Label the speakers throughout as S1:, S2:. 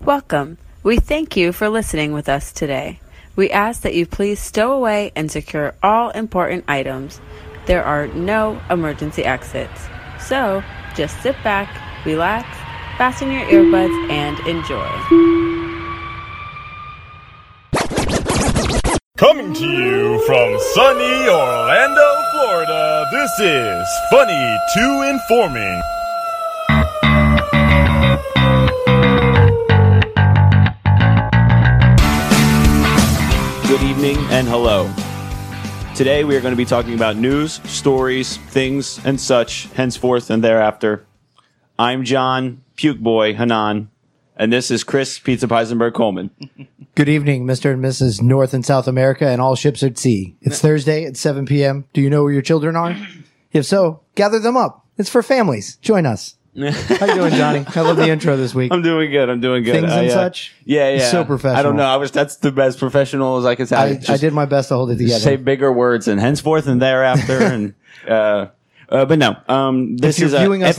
S1: Welcome. We thank you for listening with us today. We ask that you please stow away and secure all important items. There are no emergency exits. So just sit back, relax, fasten your earbuds, and enjoy.
S2: Coming to you from sunny Orlando, Florida, this is Funny to Informing.
S3: Good evening and hello. Today we are going to be talking about news, stories, things, and such, henceforth and thereafter. I'm John Puke Boy Hanan, and this is Chris Pizza Peisenberg Coleman.
S4: Good evening, Mr. and Mrs. North and South America and all ships at sea. It's Thursday at 7 p.m. Do you know where your children are? If so, gather them up. It's for families. Join us. How you doing, Johnny? I love the intro this week.
S3: I'm doing good. I'm doing good.
S4: Things
S3: I,
S4: and
S3: uh,
S4: such?
S3: Yeah, yeah.
S4: So professional.
S3: I don't know. I was. That's the best professional as I could say.
S4: I, I
S3: Just
S4: did my best to hold it together.
S3: say bigger words and henceforth and thereafter and. Uh, uh, but no, um, this
S4: if you're
S3: is a
S4: viewing us
S3: FTI.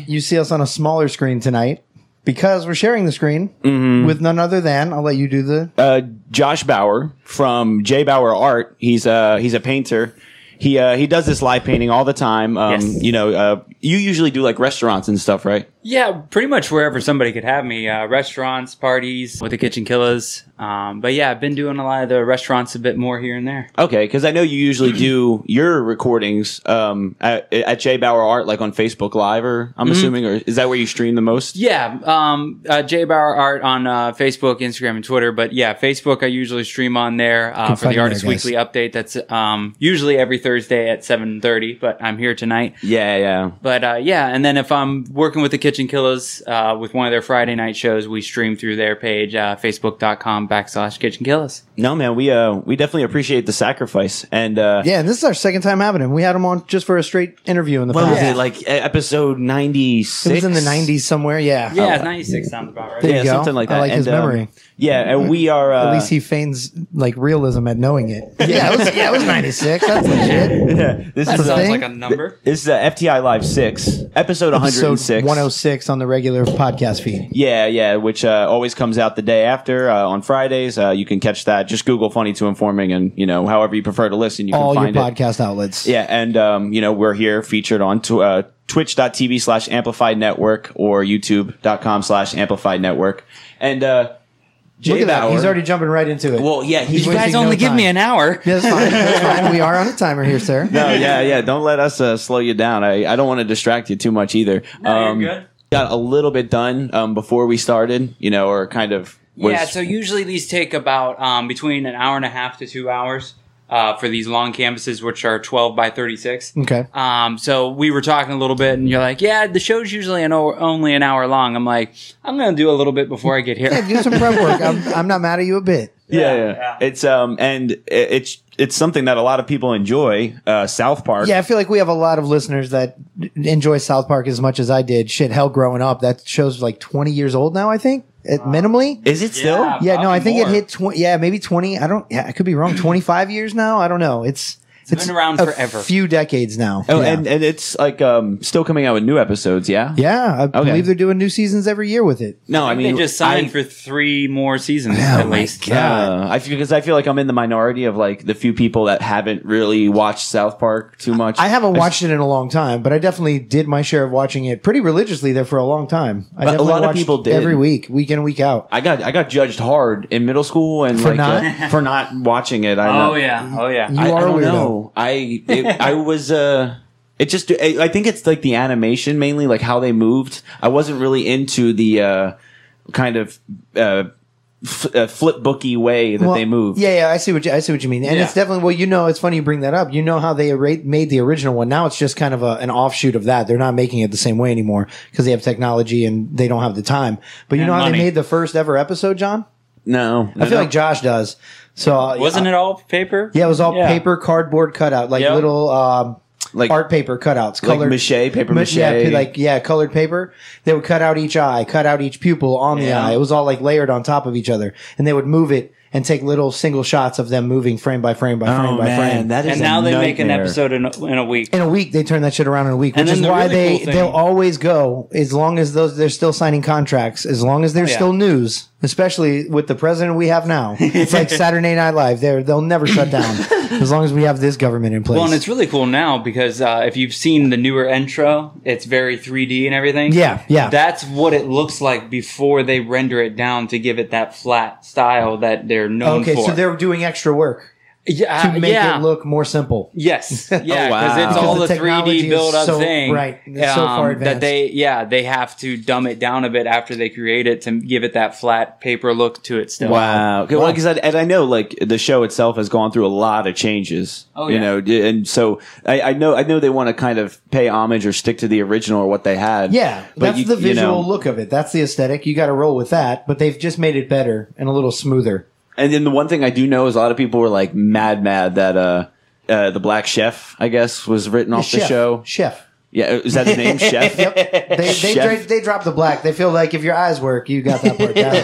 S4: live, you see us on a smaller screen tonight because we're sharing the screen with none other than. I'll let you do the.
S3: Mm-hmm. uh, Josh Bauer from J Bauer Art. He's uh he's a painter. He uh, he does this live painting all the time. Um,
S5: Yes.
S3: You know, uh, you usually do like restaurants and stuff, right?
S5: Yeah, pretty much wherever somebody could have me. Uh, restaurants, parties, with the kitchen killers. Um, but yeah, I've been doing a lot of the restaurants a bit more here and there.
S3: Okay, because I know you usually do your recordings um, at, at J Bauer Art, like on Facebook Live, or I'm assuming, or is that where you stream the most?
S5: Yeah, um, uh, J Bauer Art on uh, Facebook, Instagram, and Twitter. But yeah, Facebook I usually stream on there uh,
S4: Can
S5: for
S4: find
S5: the
S4: you there,
S5: Artist
S4: guys.
S5: Weekly update. That's um, usually every Thursday at seven thirty. But I'm here tonight.
S3: Yeah, yeah.
S5: But uh, yeah, and then if I'm working with the Kitchen Killers uh, with one of their Friday night shows, we stream through their page, uh, facebook.com backslash Kitchen Killers.
S3: No, man, we uh we definitely appreciate the sacrifice and uh,
S4: Yeah, and this is our second time having him. We had him on just for a straight interview in the
S3: What was
S4: past.
S3: it like e- episode ninety six?
S4: It was in the 90s somewhere. Yeah.
S5: Yeah, 96 sounds about right.
S4: There
S3: Yeah,
S4: you go.
S3: something like
S4: I
S3: that.
S4: like his
S3: And, um,
S4: memory.
S3: yeah, and we are uh,
S4: At least he feigns like realism at knowing it. Yeah, it was, yeah, it was 96. That's legit.
S3: this
S4: That's
S3: is
S4: a
S3: uh,
S4: thing.
S5: Sounds like a number.
S3: This is uh, FTI Live 6, episode
S4: Episode
S3: 106.
S4: 106 on the regular podcast feed.
S3: Yeah, yeah, which uh, always comes out the day after uh, on Fridays. Uh, you can catch that. Just Google Funny to Informing and, you know, however you prefer to listen, you
S4: All
S3: can
S4: your
S3: find it.
S4: podcast outlets.
S3: Yeah, and, um, you know, we're here featured on tw- uh, twitch.tv slash amplified network or youtube.com slash amplified network. And, uh, Jay
S4: Look at that.
S3: Bauer-
S4: He's already jumping right into it.
S3: Well, yeah, he's.
S4: You guys wasting only no give time. me an
S5: hour.
S4: Yeah, that's fine. That's fine. We are on a timer here, sir.
S3: no, yeah, yeah. Don't let us uh, slow you down. I, I don't want to distract you too much either. Um,
S5: you're
S4: Um,
S5: good.
S3: Got a little bit done um, before we started, you know, or kind of. Was,
S5: Yeah, so usually these take about um, between an hour and a half to two hours uh, for these long canvases, which are 12 by 36.
S4: Okay.
S5: Um, so we were talking a little bit, and you're like, "Yeah, the show's usually an hour, only an hour long." I'm like, "I'm gonna do a little bit before I get here."
S4: Do some prep work. I'm, I'm not mad at you a bit.
S3: yeah, yeah,
S5: Yeah, yeah.
S3: It's um and it- it's it's something that a lot of people enjoy. Uh, South Park.
S4: Yeah, I feel like we have a lot of listeners that enjoy South Park as much as I did. Shit, hell, growing up, that show's like 20 years old now, I think, at minimally.
S3: Is it still?
S5: Yeah.
S4: Yeah, no, I think it
S5: More.
S4: hit 20. Yeah, maybe 20. I don't, yeah, I could be wrong. 25 years now? I don't know. It's, it's
S5: been around
S4: a
S5: forever.
S4: few decades now.
S3: Oh,
S4: yeah.
S3: and and it's like um still coming out with new episodes. Yeah.
S4: yeah, I
S3: Okay.
S4: believe they're doing new seasons every year with it.
S3: No, I mean
S5: they just signed
S3: I-
S5: for three more seasons
S4: Oh
S5: at least.
S3: Yeah, I feel because I feel like I'm in the minority of like the few people that haven't really watched South Park too much.
S4: I haven't watched it in a long time, but I definitely did my share of watching it pretty religiously there for a long time. I
S3: But a
S4: definitely
S3: lot of
S4: watched
S3: people did.
S4: every week, week in, week out.
S3: I got I got judged hard in middle school and
S4: For
S3: like
S4: not?
S3: uh, for not watching it. I
S5: Oh
S3: know.
S5: yeah. Oh yeah.
S4: You
S3: I, I
S4: are a
S3: don't
S4: weirdo.
S3: know. I it, I was uh it just I, I think it's like the animation mainly like how they moved. I wasn't really into the uh kind of uh, f- uh flip booky way that
S4: Well,
S3: they moved.
S4: Yeah, yeah, I see what you, I see what you mean, and
S5: Yeah.
S4: it's definitely well, you know, it's funny you bring that up. You know how they ra- made the original one. Now it's just kind of a, an offshoot of that. They're not making it the same way anymore because they have technology and they don't have the time. But you
S5: And
S4: know how they
S5: money.
S4: made the first ever episode, John?
S3: No,
S4: I feel like Josh does. So uh,
S5: Wasn't it all paper?
S4: Yeah, it was all
S5: Yeah.
S4: paper cardboard cutout, like
S5: Yep.
S4: little um,
S3: Like-
S4: art paper cutouts,
S3: like
S4: colored
S3: mache, paper
S4: Ma-
S3: mache.
S4: Yeah, like yeah, colored paper. They would cut out each eye, cut out each pupil on the
S5: Yeah.
S4: eye. It was all like layered on top of each other, and they would move it and take little single shots of them moving frame by frame by
S3: Oh,
S4: frame by frame.
S3: that
S5: and
S3: a
S5: now they make an
S3: nightmare.
S5: episode in a, in a week.
S4: in a week they turn that shit around in a week,
S5: And
S4: which
S5: then
S4: is
S5: the
S4: why
S5: really
S4: they
S5: cool thing-
S4: they'll always go as long as those they're still signing contracts, as long as there's
S5: yeah.
S4: still news, especially with the president we have now. It's like Saturday Night Live. They're, they'll never shut down as long as we have this government in place.
S5: Well, and it's really cool now because uh, if you've seen the newer intro, it's very 3D and everything.
S4: Yeah, yeah.
S5: That's what it looks like before they render it down to give it that flat style that they're known
S4: okay,
S5: for.
S4: so they're doing extra work
S5: yeah,
S4: to make
S5: yeah.
S4: it look more simple.
S5: Yes, yeah, because
S3: wow.
S5: it's
S3: Because
S5: all
S4: the
S5: the,
S4: technology
S5: 3D
S4: is
S5: build up
S4: so-
S5: thing, um,
S4: right, it's so far advanced.
S5: That they, yeah, they have to dumb it down a bit after they create it to give it that flat paper look to it. Still,
S3: Wow. Okay, well, 'cause I, and I know like the show itself has gone through a lot of changes.
S5: Oh,
S3: You
S5: yeah.
S3: know, d- and so I, I know I know they want to kind of pay homage or stick to the original or what they had.
S4: Yeah,
S3: But
S4: that's
S3: you-
S4: the
S3: you
S4: visual
S3: know-
S4: look of it. That's the aesthetic. You got to roll with that, but they've just made it better and a little smoother.
S3: And then the one thing I do know is a lot of people were like mad, mad that uh, uh the Black Chef, I guess, was written off the
S4: Chef,
S3: show.
S4: chef.
S3: Yeah, is that his name, Chef?
S4: They they,
S3: Chef.
S4: dra- they drop the black. They feel like if your eyes work, you got that part down.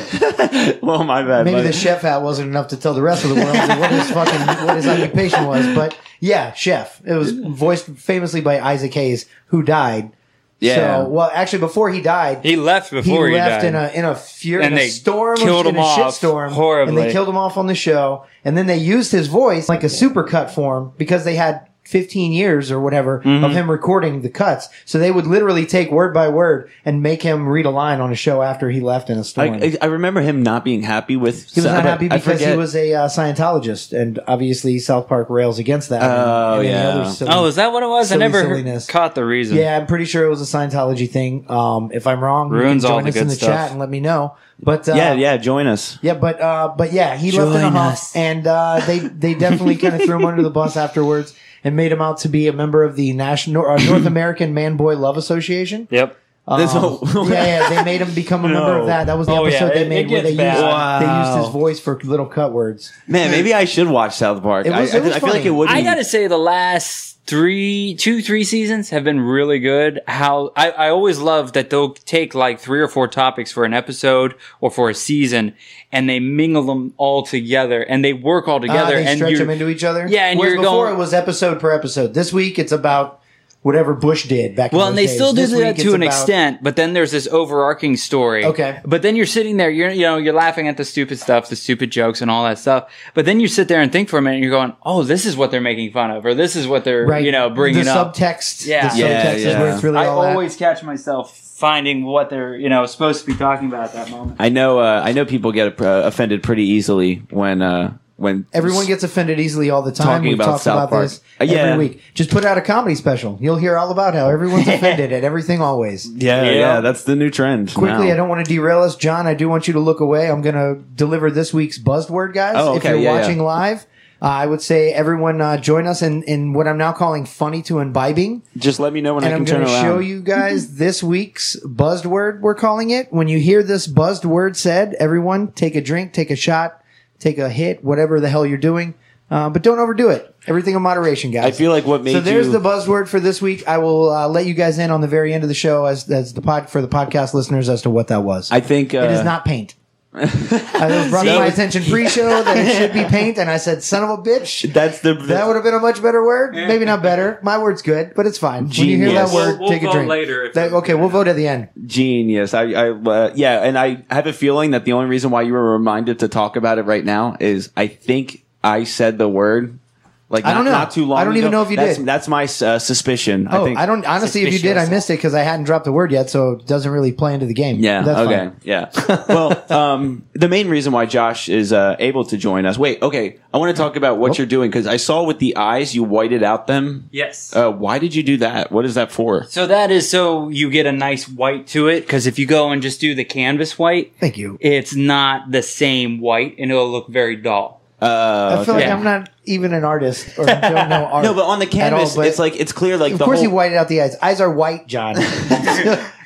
S3: Well, my bad.
S4: Maybe
S3: buddy.
S4: the chef hat wasn't enough to tell the rest of the world what his fucking what his occupation was, but yeah, chef. It was voiced famously by Isaac Hayes, who died.
S3: Yeah.
S4: So, well, actually, before he died,
S5: he left
S4: he
S5: before he,
S4: left
S5: died.
S4: in a in a fury
S5: And
S4: in a
S5: they
S4: storm
S5: killed
S4: in
S5: him
S4: a
S5: off
S4: shitstorm
S5: horribly.
S4: and they killed him off on the show and then they used his voice like a supercut form because they had 15 years or whatever
S5: Mm-hmm.
S4: of him recording the cuts so they would literally take word by word and make him read a line on a show after he left in a storm
S3: I, I remember him not being happy with.
S4: he was not
S3: I-
S4: happy
S3: I
S4: because he
S3: forget.
S4: was a uh, Scientologist, and obviously South Park rails against that.
S3: Oh,
S4: and, and any
S3: yeah.
S4: other silly-
S5: oh, is that what it was? I
S4: silly
S5: never
S4: silliness.
S5: caught the reason.
S4: yeah, I'm pretty sure it was a Scientology thing. Um, if I'm wrong, you
S5: Ruins
S4: can
S5: all
S4: join
S5: the
S4: us in
S5: good
S4: the
S5: stuff.
S4: chat and let me know. But uh,
S3: Yeah, yeah. Join us.
S4: yeah, but uh, but yeah, he left in a
S3: Join
S4: huff,
S3: us.
S4: and uh, they they definitely kind of threw him under the bus afterwards and made him out to be a member of the National uh, North American Man Boy Love Association.
S5: Yep.
S3: This
S4: Um,
S3: whole-
S4: yeah, yeah, they made him become a member of that. That was the
S5: Oh, yeah,
S4: episode
S5: it-
S4: they
S5: it
S4: made where they
S5: gets
S4: used,
S3: bad.
S4: they used
S3: Wow.
S4: his voice for little cut words.
S3: Man, maybe I should watch South Park.
S4: It was-
S3: I,
S4: it was
S3: I, I feel
S4: funny.
S3: like it would.
S5: I
S3: be-
S5: gotta say, the last three, two, three seasons have been really good. How I, I always love that they'll take like three or four topics for an episode or for a season, and they mingle them all together, and they work all
S4: Ah,
S5: together,
S4: they
S5: and
S4: stretch
S5: you
S4: them into each other.
S5: Yeah, and
S4: Whereas
S5: you're
S4: before
S5: going-
S4: it was episode per episode. This week it's about whatever Bush did back.
S5: Well,
S4: in
S5: and
S4: those
S5: they
S4: days.
S5: still do
S4: This
S5: that
S4: week
S5: to
S4: it's
S5: an
S4: about-
S5: extent, but then there's this overarching story.
S4: Okay.
S5: But then you're sitting there, you're you know, you're laughing at the stupid stuff, the stupid jokes and all that stuff. But then you sit there and think for a minute and you're going, "Oh, this is what they're making fun of or this is what they're,
S4: Right,
S5: you know, bringing
S4: the
S5: up."
S4: subtext.
S5: Yeah.
S4: the subtext
S3: Yeah,
S4: is
S3: yeah.
S4: where it's really
S5: I
S4: all at.
S5: always catch myself finding what they're, you know, supposed to be talking about at that moment.
S3: I know. Uh, I know people get uh, offended pretty easily when uh, when
S4: Everyone gets offended easily all the time.
S3: Talking
S4: We've
S3: about
S4: talked
S3: South
S4: about
S3: Park.
S4: this
S3: Uh, yeah.
S4: every week. Just put out a comedy special. You'll hear all about how everyone's offended at everything always.
S3: Yeah, yeah,
S5: Yeah.
S3: that's the new trend.
S4: Quickly,
S3: now.
S4: I don't want to derail us. John, I do want you to look away. I'm going to deliver this week's buzzword, guys.
S3: Oh,
S4: if
S3: okay,
S4: you're
S3: yeah, yeah.
S4: watching live, uh, I would say everyone uh, join us in, in what I'm now calling funny to imbibing.
S3: Just let me know when I
S4: and
S3: can
S4: I'm
S3: turn
S4: going to
S3: around.
S4: show you guys this week's buzzed word. We're calling it. When you hear this buzzed word said, everyone take a drink, take a shot, take a hit, whatever the hell you're doing, uh, but don't overdo it. Everything in moderation, guys.
S3: I feel like what made
S4: so there's
S3: you
S4: the buzzword for this week. I will uh, let you guys in on the very end of the show as, as the pod for the podcast listeners as to what that was.
S3: I think uh,
S4: it is not paint. I was brought to
S3: See?
S4: my attention pre-show that it should be paint, and I said, "Son of a bitch."
S3: That's the
S4: That would have been a much better word. Maybe not better. My word's good, but it's fine. When you hear that
S3: Genius.
S4: word,
S5: We'll-
S4: take
S5: we'll
S4: a
S5: vote
S4: drink.
S5: later if
S4: That-
S5: we-
S4: okay, we'll vote at the end.
S3: genius. I, I uh, yeah, and I have a feeling that the only reason why you were reminded to talk about it right now is I think I said the word. Like
S4: I don't
S3: not-
S4: know.
S3: Not too long.
S4: I don't
S3: ago.
S4: even know if you
S3: that's,
S4: did.
S3: That's my uh, suspicion.
S4: Oh,
S3: I
S4: I,
S3: think.
S4: don't honestly. If you did, I missed it because I hadn't dropped the word yet, so it doesn't really play into the game.
S3: Yeah.
S4: That's
S3: okay.
S4: fine.
S3: Yeah. Well, um, the main reason why Josh is uh, able to join us. Wait. Okay. I want to talk about
S4: Oh.
S3: what you're doing because I saw with the eyes you whited out them.
S5: Yes.
S3: Uh, why did you do that? What is that for?
S5: so that is so you get a nice white to it because if you go and just do the canvas white,
S4: Thank you.
S5: it's not the same white and it'll look very dull.
S3: Uh,
S4: I feel
S5: okay.
S4: like I'm not even an artist or don't know art.
S3: no, but on the
S4: at all,
S3: canvas,
S4: but
S3: it's like it's clear. Like
S4: Of
S3: the
S4: course,
S3: whole,
S4: he whited out the eyes. Eyes are white, John.
S3: They're-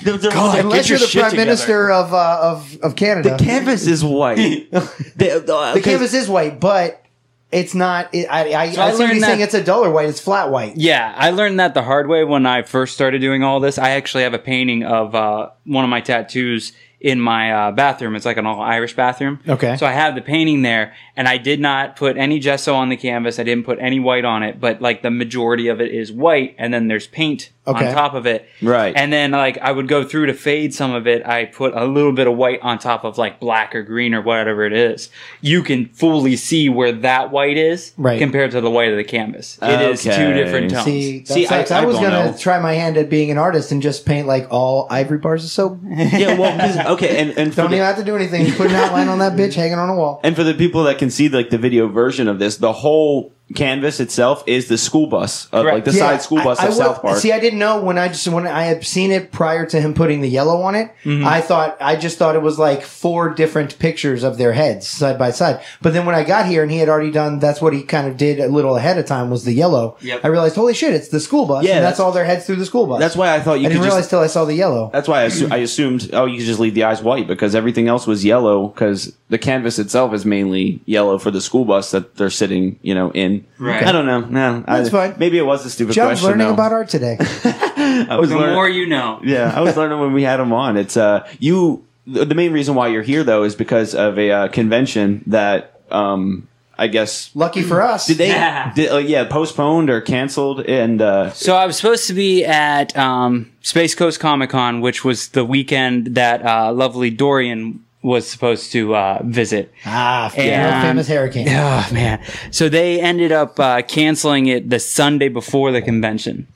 S3: they're- get
S4: Unless
S3: your
S4: you're the
S3: shit
S4: prime
S3: together.
S4: minister of uh, of of Canada.
S3: The canvas is white. the, uh,
S4: The
S3: okay,
S4: canvas is white, but it's not. It, I I,
S5: So
S4: I,
S5: I
S4: see what
S5: learned
S4: he's saying.
S5: that-
S4: It's a duller white. It's flat white.
S5: Yeah, I learned that the hard way when I first started doing all this. I actually have a painting of uh, one of my tattoos in my uh, bathroom. It's like an all Irish bathroom.
S4: Okay.
S5: So I have the painting there, and I did not put any gesso on the canvas. I didn't put any white on it, but like the majority of it is white, and then there's paint
S4: Okay.
S5: on top of it.
S3: Right.
S5: And then like I would go through to fade some of it. I put a little bit of white on top of like black or green or whatever it is. You can fully see where that white is
S4: Right.
S5: compared to the white of the canvas. It is two
S3: Okay.
S5: different tones.
S4: See, that
S3: See, I-
S4: sucks. I,
S3: I
S4: was
S3: don't
S4: gonna
S3: know.
S4: try my hand at being an artist and just paint like all ivory bars of soap.
S3: yeah, well, 'cause- okay, and and for
S4: Don't
S3: the,
S4: even have to do anything. Put an outline on that bitch hanging on a wall.
S3: and for the people that can see like the video version of this, the whole canvas itself is the school bus, of, like
S5: Correct.
S3: the side school bus
S4: I- I
S3: of
S4: would-
S3: South Park.
S4: See, I didn't know when I just when I had seen it prior to him putting the yellow on it.
S3: Mm-hmm.
S4: I thought I just thought it was like four different pictures of their heads side by side. But then when I got here and he had already done, that's what he kind of did a little ahead of time was the yellow.
S5: Yep.
S4: I realized, holy shit, it's the school bus.
S3: Yeah,
S4: and that's,
S3: that's-
S4: all their heads through the school bus.
S3: that's why I thought you
S4: I
S3: could
S4: didn't realize
S3: just.
S4: till I saw the yellow.
S3: That's why I, assu- I assumed. Oh, you could just leave the eyes white because everything else was yellow because the canvas itself is mainly yellow for the school bus that they're sitting, you know, in.
S5: Right.
S3: I don't know. No, I-
S4: That's fine.
S3: Maybe it was a stupid
S4: John's
S3: question.
S4: learning
S3: though.
S4: about art today.
S3: I was
S5: The
S3: learn-
S5: more you know.
S3: Yeah, I was learning when we had him on. It's uh, you. th- The main reason why you're here though is because of a uh, convention that um, I guess
S4: Lucky for us.
S3: did they
S5: Yeah.
S3: did, uh, yeah postponed or canceled and uh,
S5: So I was supposed to be at um, Space Coast Comic Con, which was the weekend that uh, lovely Dorian was supposed to uh, visit.
S4: ah,
S5: And-
S4: famous hurricane.
S5: Oh man! So they ended up uh, canceling it the Sunday before the convention,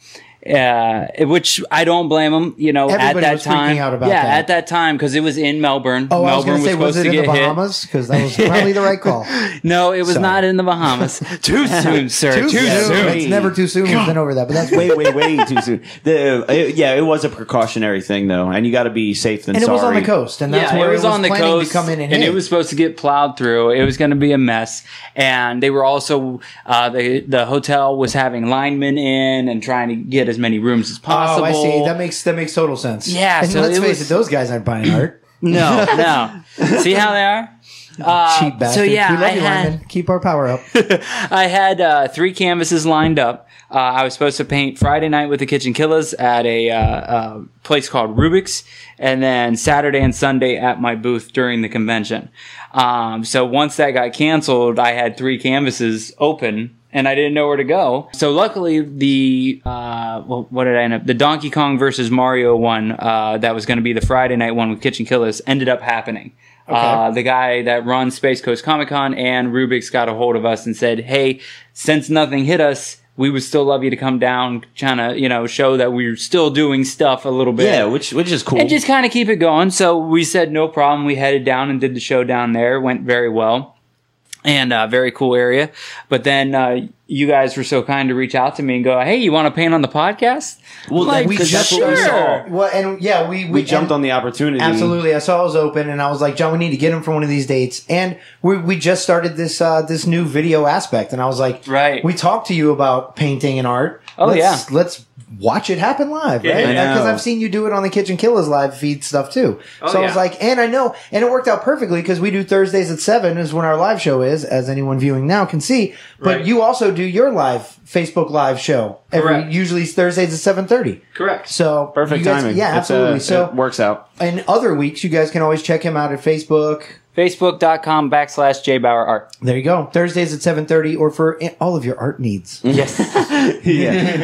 S5: uh, which I don't blame them. You know,
S4: Everybody
S5: at that
S4: was freaking
S5: time,
S4: out about
S5: yeah,
S4: that.
S5: at that time because it was in Melbourne.
S4: Oh,
S5: Melbourne
S4: I was going to say, was
S5: supposed
S4: it
S5: to
S4: in the
S5: get hit.
S4: Bahamas? Because that was probably the right call.
S5: No, it was
S4: Sorry.
S5: not in the Bahamas. too soon, sir.
S3: soon.
S5: Too, soon.
S4: It's never too soon. We've been over that, but that's
S3: way way way too soon. The uh, it- yeah, it was a precautionary thing though, and you got to be safe than
S4: and it
S3: sorry.
S4: was on the coast, and that's
S5: yeah,
S4: where
S5: it was, on the
S4: planning
S5: coast,
S4: to come in and,
S5: and
S4: hit.
S5: it was supposed to get plowed through. It was going to be a mess, and they were also uh, the the hotel was having linemen in and trying to get as many rooms as
S4: Oh,
S5: possible.
S4: I see. That makes that makes total sense.
S5: Yeah,
S4: and
S5: so
S4: let's
S5: it
S4: face
S5: was- Mm.
S4: it, those guys aren't buying art.
S5: no, no. see how they are. Uh,
S4: Cheap bastards.
S5: So yeah,
S4: we love
S5: I
S4: you,
S5: had,
S4: Lyman. Keep our power up.
S5: I had uh, three canvases lined up. Uh, I was supposed to paint Friday night with the Kitchen Killers at a uh, uh, place called Rubik's, and then Saturday and Sunday at my booth during the convention. Um, so once that got canceled, I had three canvases open. And I didn't know where to go. So luckily, the uh, well, what did I end up? The Donkey Kong versus Mario one uh, that was going to be the Friday night one with Kitchen Killers ended up happening. Uh, the guy that runs Space Coast Comic Con and Rubik's got a hold of us and said, "Hey, since nothing hit us, we would still love you to come down, trying to you know show that we're still doing stuff a little bit."
S3: yeah, which which is cool.
S5: and just kind of keep it going. So we said no problem. We headed down and did the show down there. Went very well, and uh, very cool area. But then uh, you guys were so kind to reach out to me and go, "Hey, you want to paint on the podcast?"
S3: well,
S5: like,
S3: we
S5: 'cause
S3: just
S5: that's
S3: what we
S5: sure.
S3: saw.
S4: Well, and yeah, we we,
S3: We jumped
S4: and-
S3: on the opportunity.
S4: Absolutely, I saw it was open, and I was like, John, we need to get him for one of these dates. And we we just started this uh, this new video aspect, and I was like,
S5: Right.
S4: We talked to you about painting and art.
S5: Oh,
S4: let's,
S5: yeah.
S4: let's watch it happen live,
S5: Yeah.
S4: right?
S5: I
S4: Because
S3: know.
S4: I've seen you do it on the Kitchen Killers live feed stuff too.
S5: Oh,
S4: so I was
S5: yeah.
S4: like, and I know, and it worked out perfectly because we do Thursdays at seven is when our live show is, as anyone viewing now can see. But
S5: Right.
S4: you also do your live Facebook live show every
S5: Correct.
S4: usually Thursdays at seven thirty.
S5: Correct.
S4: So
S3: perfect
S4: you guys-
S3: timing.
S4: Yeah,
S3: It's, uh,
S4: absolutely. so
S3: it works out.
S4: in other weeks, you guys can always check him out at Facebook.
S5: Facebook.com backslash J Bauer Art.
S4: There you go. Thursdays at seven thirty, or for i- all of your art needs.
S3: Mm-hmm.
S5: Yes.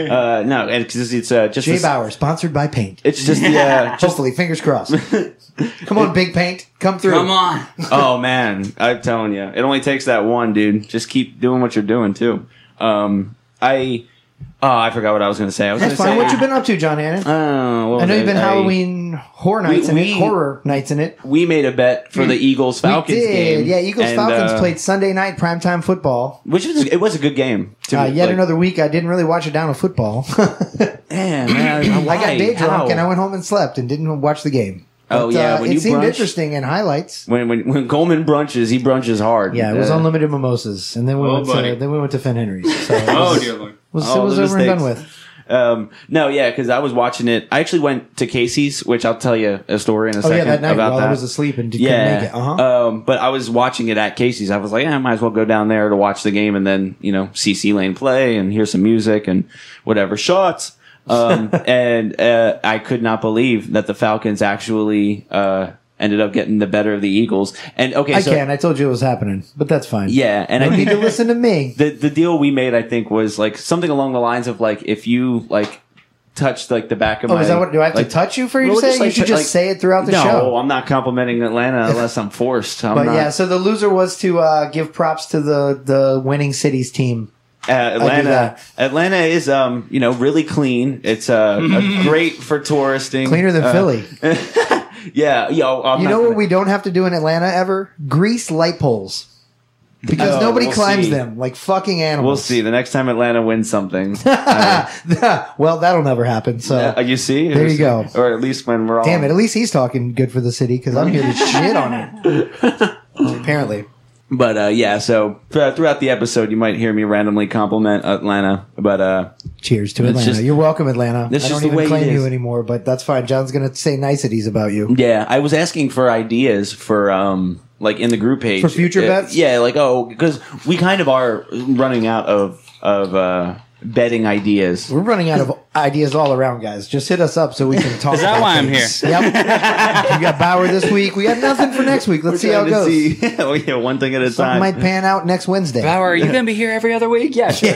S3: yeah, uh, no, and 'cause it's uh, just
S4: Jay
S3: this-
S4: Bauer, sponsored by Paint.
S3: It's just the uh, just
S4: Hopefully, fingers crossed. Come on, Big Paint, come through.
S5: Come on.
S3: Oh man, I'm telling you, it only takes that one, dude. Just keep doing what you're doing too. Um, I oh, I forgot what I was gonna say. I was
S4: That's
S3: gonna
S4: fine.
S3: say.
S4: What you been up to, John Hannon?
S3: Oh, what
S4: I know
S3: was
S4: you've been
S3: I-
S4: Halloween horror nights in
S3: we-
S4: it, horror nights in it.
S3: We made a bet for the Eagles Falcons
S4: Mm. we did.
S3: game.
S4: yeah, Eagles
S3: and,
S4: Falcons
S3: uh,
S4: played Sunday night primetime football.
S3: which was it was a good game. To
S4: Uh,
S3: me,
S4: yet
S3: like,
S4: another week, I didn't really watch it down with football. I
S3: Man, man, why?
S4: got day
S3: How?
S4: drunk and I went home and slept and didn't watch the game. uh,
S3: Oh, yeah, when
S4: it
S3: you
S4: seemed
S3: brunch-
S4: interesting in highlights.
S3: When, when when Coleman brunches, he brunches hard.
S4: Yeah, it was
S3: Uh,
S4: unlimited mimosas, and then we
S5: Oh,
S4: went
S5: buddy. Oh,
S4: to then we went to Finn Henry's. So it was,
S5: Lord.
S4: was,
S3: All
S4: it was
S3: the
S4: over and done
S3: mistakes.
S4: with.
S3: Um, no, yeah, because I was watching it. I actually went to Casey's, which I'll tell you a story in a
S4: Oh
S3: second
S4: yeah, that night
S3: about
S4: while
S3: that.
S4: I was asleep and didn't
S3: yeah.
S4: make it. Uh huh.
S3: Um, but I was watching it at Casey's. I was like, yeah, I might as well go down there to watch the game and then, you know, see C Lane play and hear some music and whatever shots. Um, and, uh, I could not believe that the Falcons actually, uh, ended up getting the better of the Eagles. And okay,
S4: I
S3: so
S4: can. I told you it was happening, but that's fine.
S3: yeah, and
S4: I
S3: I
S4: need
S3: think
S4: to listen to me.
S3: the the deal we made, I think, was like something along the lines of like if you like touched like the back of
S4: Oh,
S3: my.
S4: is that what? Do I have
S3: like,
S4: to touch you for you to
S3: Well,
S4: say?
S3: just,
S4: it?
S3: like,
S4: you should
S3: t-
S4: just
S3: like-
S4: say it throughout the
S3: no,
S4: show.
S3: I'm not complimenting Atlanta unless I'm forced. I'm
S4: But
S3: not.
S4: yeah, so the loser was to uh, give props to the the winning cities team.
S3: Uh, Atlanta,
S4: that.
S3: Atlanta is um you know really clean. It's uh, a great for touristing.
S4: Cleaner than
S3: Uh,
S4: Philly.
S3: Yeah, yo, I'm
S4: You
S3: not
S4: know
S3: gonna-
S4: what we don't have to do in Atlanta ever? Grease light poles. Because
S3: Oh,
S4: nobody
S3: we'll
S4: climbs
S3: see.
S4: them like fucking animals.
S3: We'll see. The next time Atlanta wins something,
S4: well, that'll never happen. So,
S3: Uh, you see,
S4: There you go.
S3: Or at least when we're all
S4: damn it. At least he's talking good for the city because I'm here to shit on it. Apparently.
S3: But uh, yeah, so th- throughout the episode, you might hear me randomly compliment Atlanta. But uh,
S4: Cheers to
S3: It's
S4: Atlanta.
S3: just-
S4: You're welcome, Atlanta.
S3: That's
S4: I
S3: just
S4: don't
S3: the
S4: even
S3: way it
S4: claim
S3: is.
S4: you anymore, but that's fine. John's going to say niceties about you.
S3: yeah, I was asking for ideas for um like in the group page
S4: For future
S3: Uh,
S4: bets?
S3: Yeah, like oh, because we kind of are running out of of uh, betting ideas.
S4: We're running out of ideas all around, guys. Just hit us up so we can talk.
S5: Is that
S4: about
S5: why I'm
S4: things. Yep. we got Bauer this week. We got nothing for next week. Let's see how it goes.
S3: See, Oh, yeah, one thing at a
S4: Something
S3: time.
S4: might pan out next Wednesday.
S5: Bauer, are you going to be here every other week? Yeah, sure.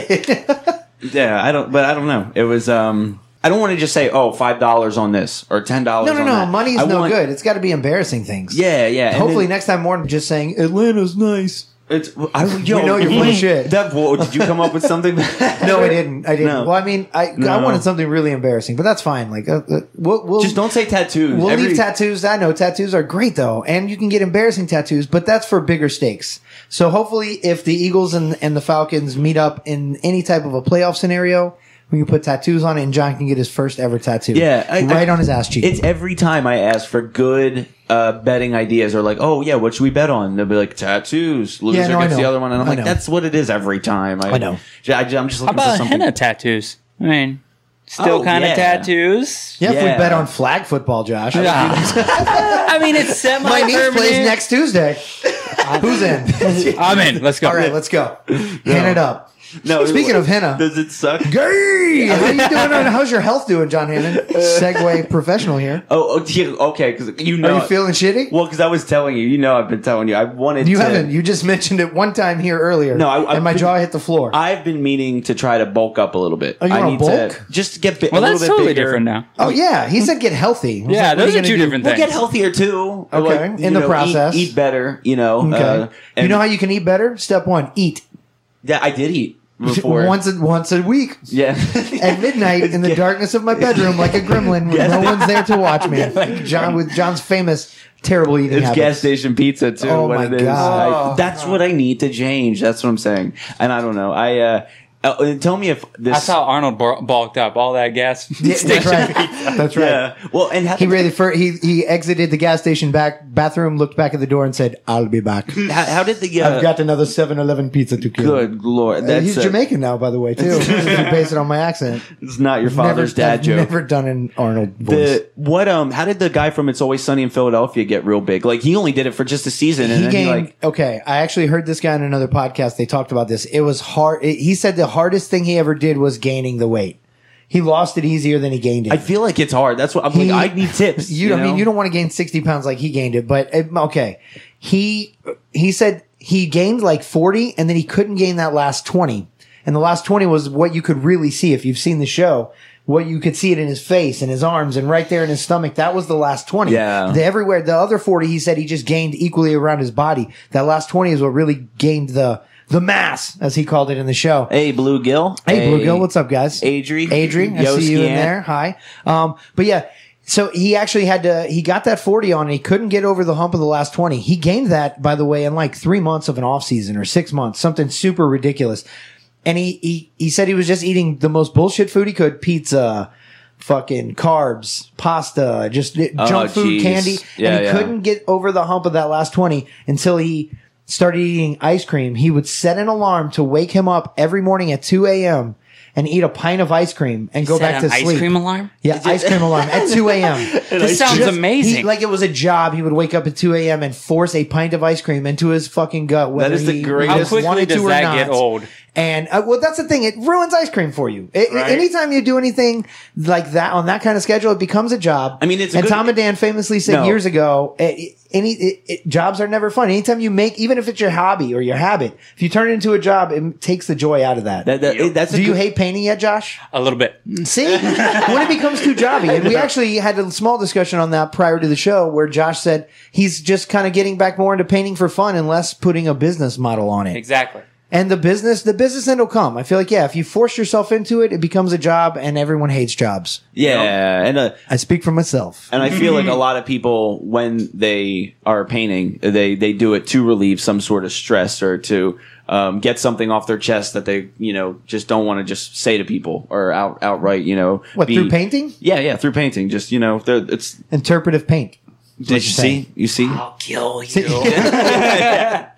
S3: Yeah, I don't, but I don't know. It was um. I don't want to just say, oh, five dollars on this or ten dollars.
S4: No, no,
S3: on
S4: no.
S3: that.
S4: Money's
S3: I
S4: no
S3: want-
S4: good. It's got to be embarrassing things.
S3: Yeah, yeah. and
S4: Hopefully
S3: then-
S4: next time more than just saying Atlanta's nice.
S3: It's I, yo,
S4: We know you're full of shit.
S3: That, whoa, did you come up with something?
S4: No, I didn't. I didn't.
S3: No.
S4: Well, I mean, I I
S3: No.
S4: wanted something really embarrassing, but that's fine. Like, uh, uh, we'll, we'll
S3: Just don't say tattoos.
S4: We'll
S3: Every-
S4: leave tattoos. I know tattoos are great though, and you can get embarrassing tattoos, but that's for bigger stakes. So hopefully, if the Eagles and, and the Falcons meet up in any type of a playoff scenario, we can put tattoos on it, and John can get his first ever tattoo.
S3: Yeah, I-
S4: right
S3: I-
S4: on his ass cheek.
S3: It's every time I ask for good uh, betting ideas, or like, oh yeah, what should we bet on? They'll be like tattoos. Loser
S4: no, I
S3: gets the
S4: know.
S3: other one, and I'm
S4: I
S3: like,
S4: know.
S3: that's what it is every time. I,
S4: I know.
S3: I, am just
S5: How
S3: looking for
S5: about
S3: something.
S5: henna tattoos? I mean, still
S3: Oh,
S5: kind of
S3: yeah.
S5: tattoos.
S4: yeah, if we
S3: yeah.
S4: bet on flag football, Josh.
S5: Ah. I mean, it's semi
S4: My niece
S5: permanent.
S4: plays next Tuesday. Who's in?
S5: I'm in. Let's go.
S4: All right, let's go. Hen it up.
S3: No,
S4: Speaking of henna.
S3: does it suck?
S4: Gay! How you doing? on- How's your health doing, John Hannon? Segway professional here.
S3: Oh, oh, yeah, okay, because you
S4: Are
S3: know.
S4: you feeling shitty?
S3: well, because I was telling you, you know, I've been telling you, I wanted.
S4: You
S3: to,
S4: haven't. You just mentioned it one time here earlier.
S3: No, I- I-
S4: and my jaw hit the floor.
S3: I've been meaning to try to bulk up a little bit.
S4: Oh, you
S3: I
S4: wanna
S3: need
S4: bulk?
S3: to just get bi-
S5: Well,
S3: a little
S5: that's
S3: bit
S5: totally
S3: bigger.
S5: different now.
S4: oh yeah, he said get healthy. I was
S5: Yeah,
S4: like, what
S5: those
S4: you
S5: are
S4: gonna
S5: two
S4: do?
S5: different
S3: Well,
S5: things.
S3: get healthier too. Or,
S4: Okay, in
S3: you
S4: the
S3: know, eat-
S4: process.
S3: eat, better. You know,
S4: Okay.
S3: uh, and
S4: you know how you can eat better? Step one: eat
S3: yeah, I did eat before
S4: once a, once a week
S3: Yeah,
S4: at midnight in the darkness of my bedroom, like a gremlin, when no one's there to watch me. John with John's famous terrible eating
S3: it's gas
S4: habits.
S3: station pizza too.
S4: Oh
S3: what
S4: my
S3: it is.
S4: God.
S3: I- that's what I need to change. That's what I'm saying. And I don't know. I uh, uh, and tell me if this.
S5: That's how Arnold bul- bulked up all that gas.
S4: Yeah, that's right. That's right.
S3: Yeah. Well, and how,
S4: He really fir- he he exited the gas station back bathroom, looked back at the door, and said, "I'll be back.
S3: how, how did the uh,
S4: I've got another 7-Eleven pizza to kill."
S3: good lord?
S4: Uh,
S3: That's
S4: he's
S3: uh,
S4: Jamaican now, by the way, too. if you base it on my accent.
S3: It's not your father's dad
S4: I've
S3: joke.
S4: Never done an Arnold voice.
S3: the what um how did the guy from It's Always Sunny in Philadelphia get real big? Like he only did it for just a season, and
S4: he
S3: then
S4: gained
S3: he like
S4: okay. I actually heard this guy on another podcast. They talked about this. It was hard. It, he said the hardest thing he ever did was gaining the weight. He lost it easier than he gained it.
S3: I feel like it's hard. That's what I'm
S4: He-
S3: like. I need tips.
S4: you, I mean,
S3: know?
S4: you don't want to gain sixty pounds like he gained it, but uh, okay. He he said he gained like forty, and then he couldn't gain that last twenty. And the last twenty was what you could really see if you've seen the show. What you could see it in his face and his arms and right there in his stomach. That was the last twenty.
S3: Yeah.
S4: The everywhere the other forty, he said he just gained equally around his body. That last twenty is what really gained the the mass, as he called it in the show.
S3: Hey, Bluegill.
S4: Hey, Bluegill, what's up, guys?
S3: Adri.
S4: Adri, I
S3: Yo,
S4: see you in
S3: Skiant.
S4: there. Hi. Um, but yeah, so he actually had to, he got that 40 on and he couldn't get over the hump of the last 20. He gained that, by the way, in like three months of an off season or six months, something super ridiculous. And he, he, he said he was just eating the most bullshit food he could pizza, fucking carbs, pasta, just junk food,
S3: geez.
S4: candy.
S3: Oh, Yeah,
S4: and he
S3: yeah.
S4: couldn't get over the hump of that last 20 until he started eating ice cream. He would set an alarm to wake him up every morning at 2 a.m. and eat a pint of ice cream and go
S5: Set
S4: back
S5: an
S4: to sleep.
S5: Ice cream alarm.
S4: yeah, ice cream alarm at 2 a.m.
S5: This sounds
S4: Just-
S5: amazing.
S4: he- like it was a job. He would wake up at 2 a.m. and force a pint of ice cream into his fucking gut. Whether
S3: is the
S4: he
S3: greatest-
S5: How
S4: just
S5: quickly
S4: wanted
S5: does
S4: to or
S5: that
S4: not.
S5: get old?
S4: And uh, well, that's the thing. It ruins ice cream for you. It,
S5: Right.
S4: Anytime you do anything like that on that kind of schedule, it becomes a job.
S3: I mean, it's a
S4: and
S3: good-
S4: Tom and Dan famously said
S3: No.
S4: years ago, eh, eh, any it, it, jobs are never fun. Anytime you make, even if it's your hobby or your habit, if you turn it into a job, it takes the joy out of that.
S3: That, that- that's a
S4: do you
S3: good-
S4: hate painting yet, Josh?
S5: A little bit.
S4: See, when it becomes too jobby, and we actually had a small discussion on that prior to the show, where Josh said he's just kind of getting back more into painting for fun and less putting a business model on it.
S5: Exactly.
S4: And the business, the business end will come. I feel like yeah, if you force yourself into it, it becomes a job, and everyone hates jobs.
S3: yeah, and uh,
S4: I speak for myself.
S3: and I feel like a lot of people when they are painting, they they do it to relieve some sort of stress or to um, get something off their chest that they you know just don't want to just say to people or out outright you know
S4: What
S3: be-
S4: through painting?
S3: Yeah, yeah, through painting. Just you know, they're- it's.
S4: Interpretive paint.
S3: Did you see? You see?
S4: Oh,
S5: Kill you.
S3: yeah.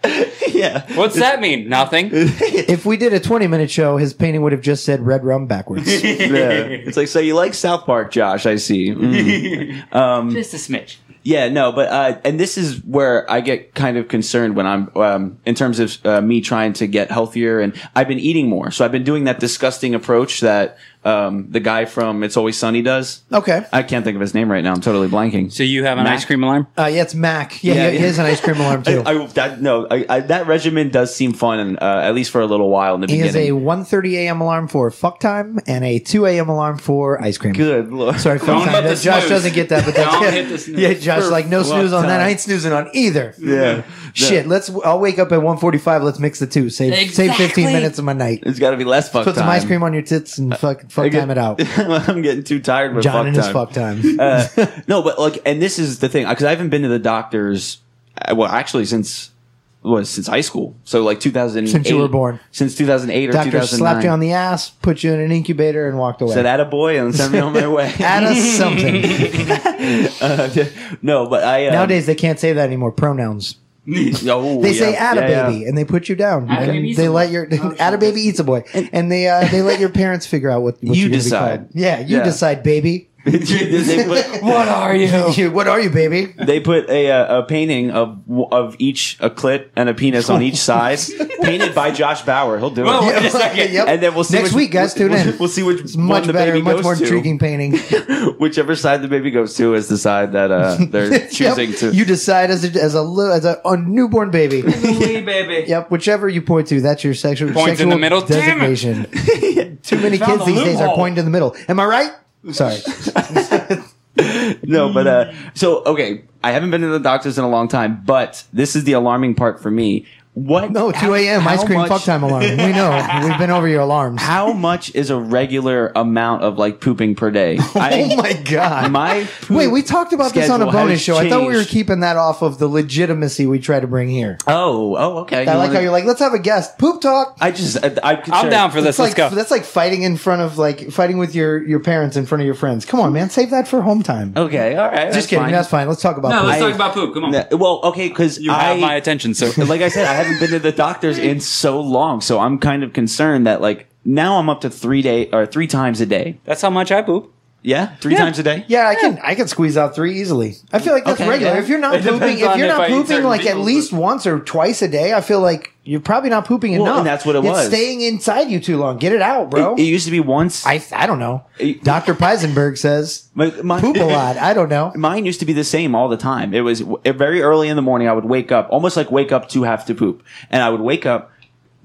S5: What's that mean? Nothing.
S4: If we did a twenty-minute show, his painting would have just said "red rum" backwards.
S3: Yeah. It's like so you like South Park, Josh? I see. Mm.
S5: Just a smidge.
S3: Yeah, no, but uh, and this is where I get kind of concerned when I'm um, in terms of uh, me trying to get healthier, and I've been eating more, so I've been doing that disgusting approach that um, the guy from It's Always Sunny does.
S4: okay.
S3: I can't think of his name right now. I'm totally blanking.
S5: So you have an
S3: Mac?
S5: ice cream alarm?
S4: Uh, yeah, it's Mac.
S3: Yeah,
S4: Yeah, he-
S3: yeah.
S4: he has an ice cream alarm
S3: I,
S4: too.
S3: I- that, no, I, I, that regimen does seem fun, and uh, at least for a little while in the
S4: He has
S3: beginning.
S4: a 1.30 a.m. alarm for fuck time and a 2 a.m. alarm for ice cream.
S3: Good lord.
S4: Sorry, fuck
S5: Don't hit
S4: time.
S5: the
S4: Josh
S5: snooze.
S4: doesn't get that, but that's
S5: Don't
S4: yeah.
S5: hit the snooze.
S4: Yeah, Josh, like no
S3: fuck
S4: snooze on that.
S3: time.
S4: I ain't snoozing on either.
S3: Yeah.
S4: Shit, let's. I'll wake up at 1.45. Let's mix the two. Save save 15
S5: Exactly.
S4: minutes of my night.
S3: It's got to be less fuck
S4: Put
S3: time.
S4: some ice cream on your tits and fuck fuck
S3: I get-
S4: time it out.
S3: I'm getting too tired with
S4: John
S3: fuck
S4: and
S3: time.
S4: his fuck time.
S3: Uh, no, but like, and this is the thing because I haven't been to the doctors. uh, Well, actually, since was since high school, so like 2008.
S4: Since you were born.
S3: since 2008 or
S4: Doctor
S3: 2009.
S4: slapped you on the ass, put you in an incubator, and walked away.
S3: Said "Atta boy" and sent me on my way.
S4: Add us something.
S3: Uh, no, but I um,
S4: Nowadays they can't say that anymore. Pronouns.
S3: oh,
S4: They
S3: yeah,
S4: say "atta
S3: yeah,
S4: baby" and they put you down.
S5: Atta
S4: And
S5: baby eats
S4: they
S5: a
S4: let
S5: boy.
S4: your
S5: Oh,
S4: "atta
S5: shit.
S4: baby eats a boy," and they uh, they let your parents figure out what, what
S3: You
S4: you're gonna be
S3: decide.
S4: called. Yeah, you
S3: Yeah.
S4: decide, baby.
S3: Yeah. they put,
S5: What are
S3: Oh.
S5: you?
S4: You- what are you, baby?
S3: they put a, uh, a painting of of each a clit and a penis on each side, painted by Josh Bauer. He'll do
S5: Whoa.
S3: it.
S5: Wait a second.
S4: Yep.
S3: And then we'll see
S4: next
S3: which-
S4: week, guys. Tune
S3: we'll,
S4: in.
S3: We'll see which
S4: It's much
S3: one the
S4: better,
S3: baby
S4: much
S3: goes
S4: more
S3: to.
S4: intriguing painting.
S3: whichever side the baby goes to is the side that uh, they're choosing
S4: Yep.
S3: to.
S4: You decide as a as a li- as a, a newborn baby.
S5: baby.
S4: yep, whichever you point to, that's your sexual
S5: Points
S4: sexual
S5: in the middle? Damn it.
S4: designation. Too many
S5: Found
S4: kids
S5: a
S4: these days are
S5: loophole.
S4: pointing in the middle. Am I right? Sorry.
S3: no, but uh, so okay, I haven't been to the doctors in a long time, but this is the alarming part for me. What?
S4: No, 2 a.m.
S3: how
S4: ice cream
S3: much-
S4: fuck time alarm. We know. We've been over your alarms.
S3: How much is a regular amount of like pooping per day? I,
S4: oh my god.
S3: my poop
S4: Wait, we talked about this on a
S3: schedule has
S4: bonus show. I thought we were
S3: changed.
S4: keeping that off of the legitimacy we try to bring here.
S3: Oh, oh, okay.
S4: I
S3: You
S4: like
S3: wanna-
S4: how you're like, let's have a guest. Poop talk.
S3: I just, I, I'm,
S5: I'm
S3: concerned.
S5: down for this.
S4: It's like
S5: Let's go.
S4: that's like fighting in front of like fighting with your your parents in front of your friends. Come on, man, save that for home time.
S3: Okay, all right.
S4: Just kidding. That's fine. Let's talk about.
S5: No,
S4: poop.
S5: let's
S3: I-
S5: talk about poop. Come on.
S3: fine. Well, okay, because
S5: You have my attention, sir.
S3: like I said, I haven't been to the doctors in so long, so I'm kind of concerned that like now I'm up to three day or three times a day.
S5: That's how much I poop.
S3: Yeah, three times a day.
S4: yeah, I can I can squeeze out three easily. I feel like that's
S3: Okay,
S4: regular.
S3: yeah.
S4: If you're not
S5: It depends
S4: pooping, if
S5: on
S4: you're
S5: if
S4: not
S5: I eat
S4: pooping
S5: certain
S4: like at
S5: meals,
S4: least
S5: but-
S4: once or twice a day, I feel like you're probably not pooping
S3: Well,
S4: enough.
S3: and that's what it
S4: it's
S3: was.
S4: Staying inside you too long. Get it out, bro.
S3: It, it used to be once.
S4: I I don't know.
S3: It-
S4: Dr. Peisenberg says
S3: my, my,
S4: poop a lot. I don't know.
S3: Mine used to be the same all the time. It was w- very early in the morning. I would wake up, almost like wake up to have to poop, and I would wake up,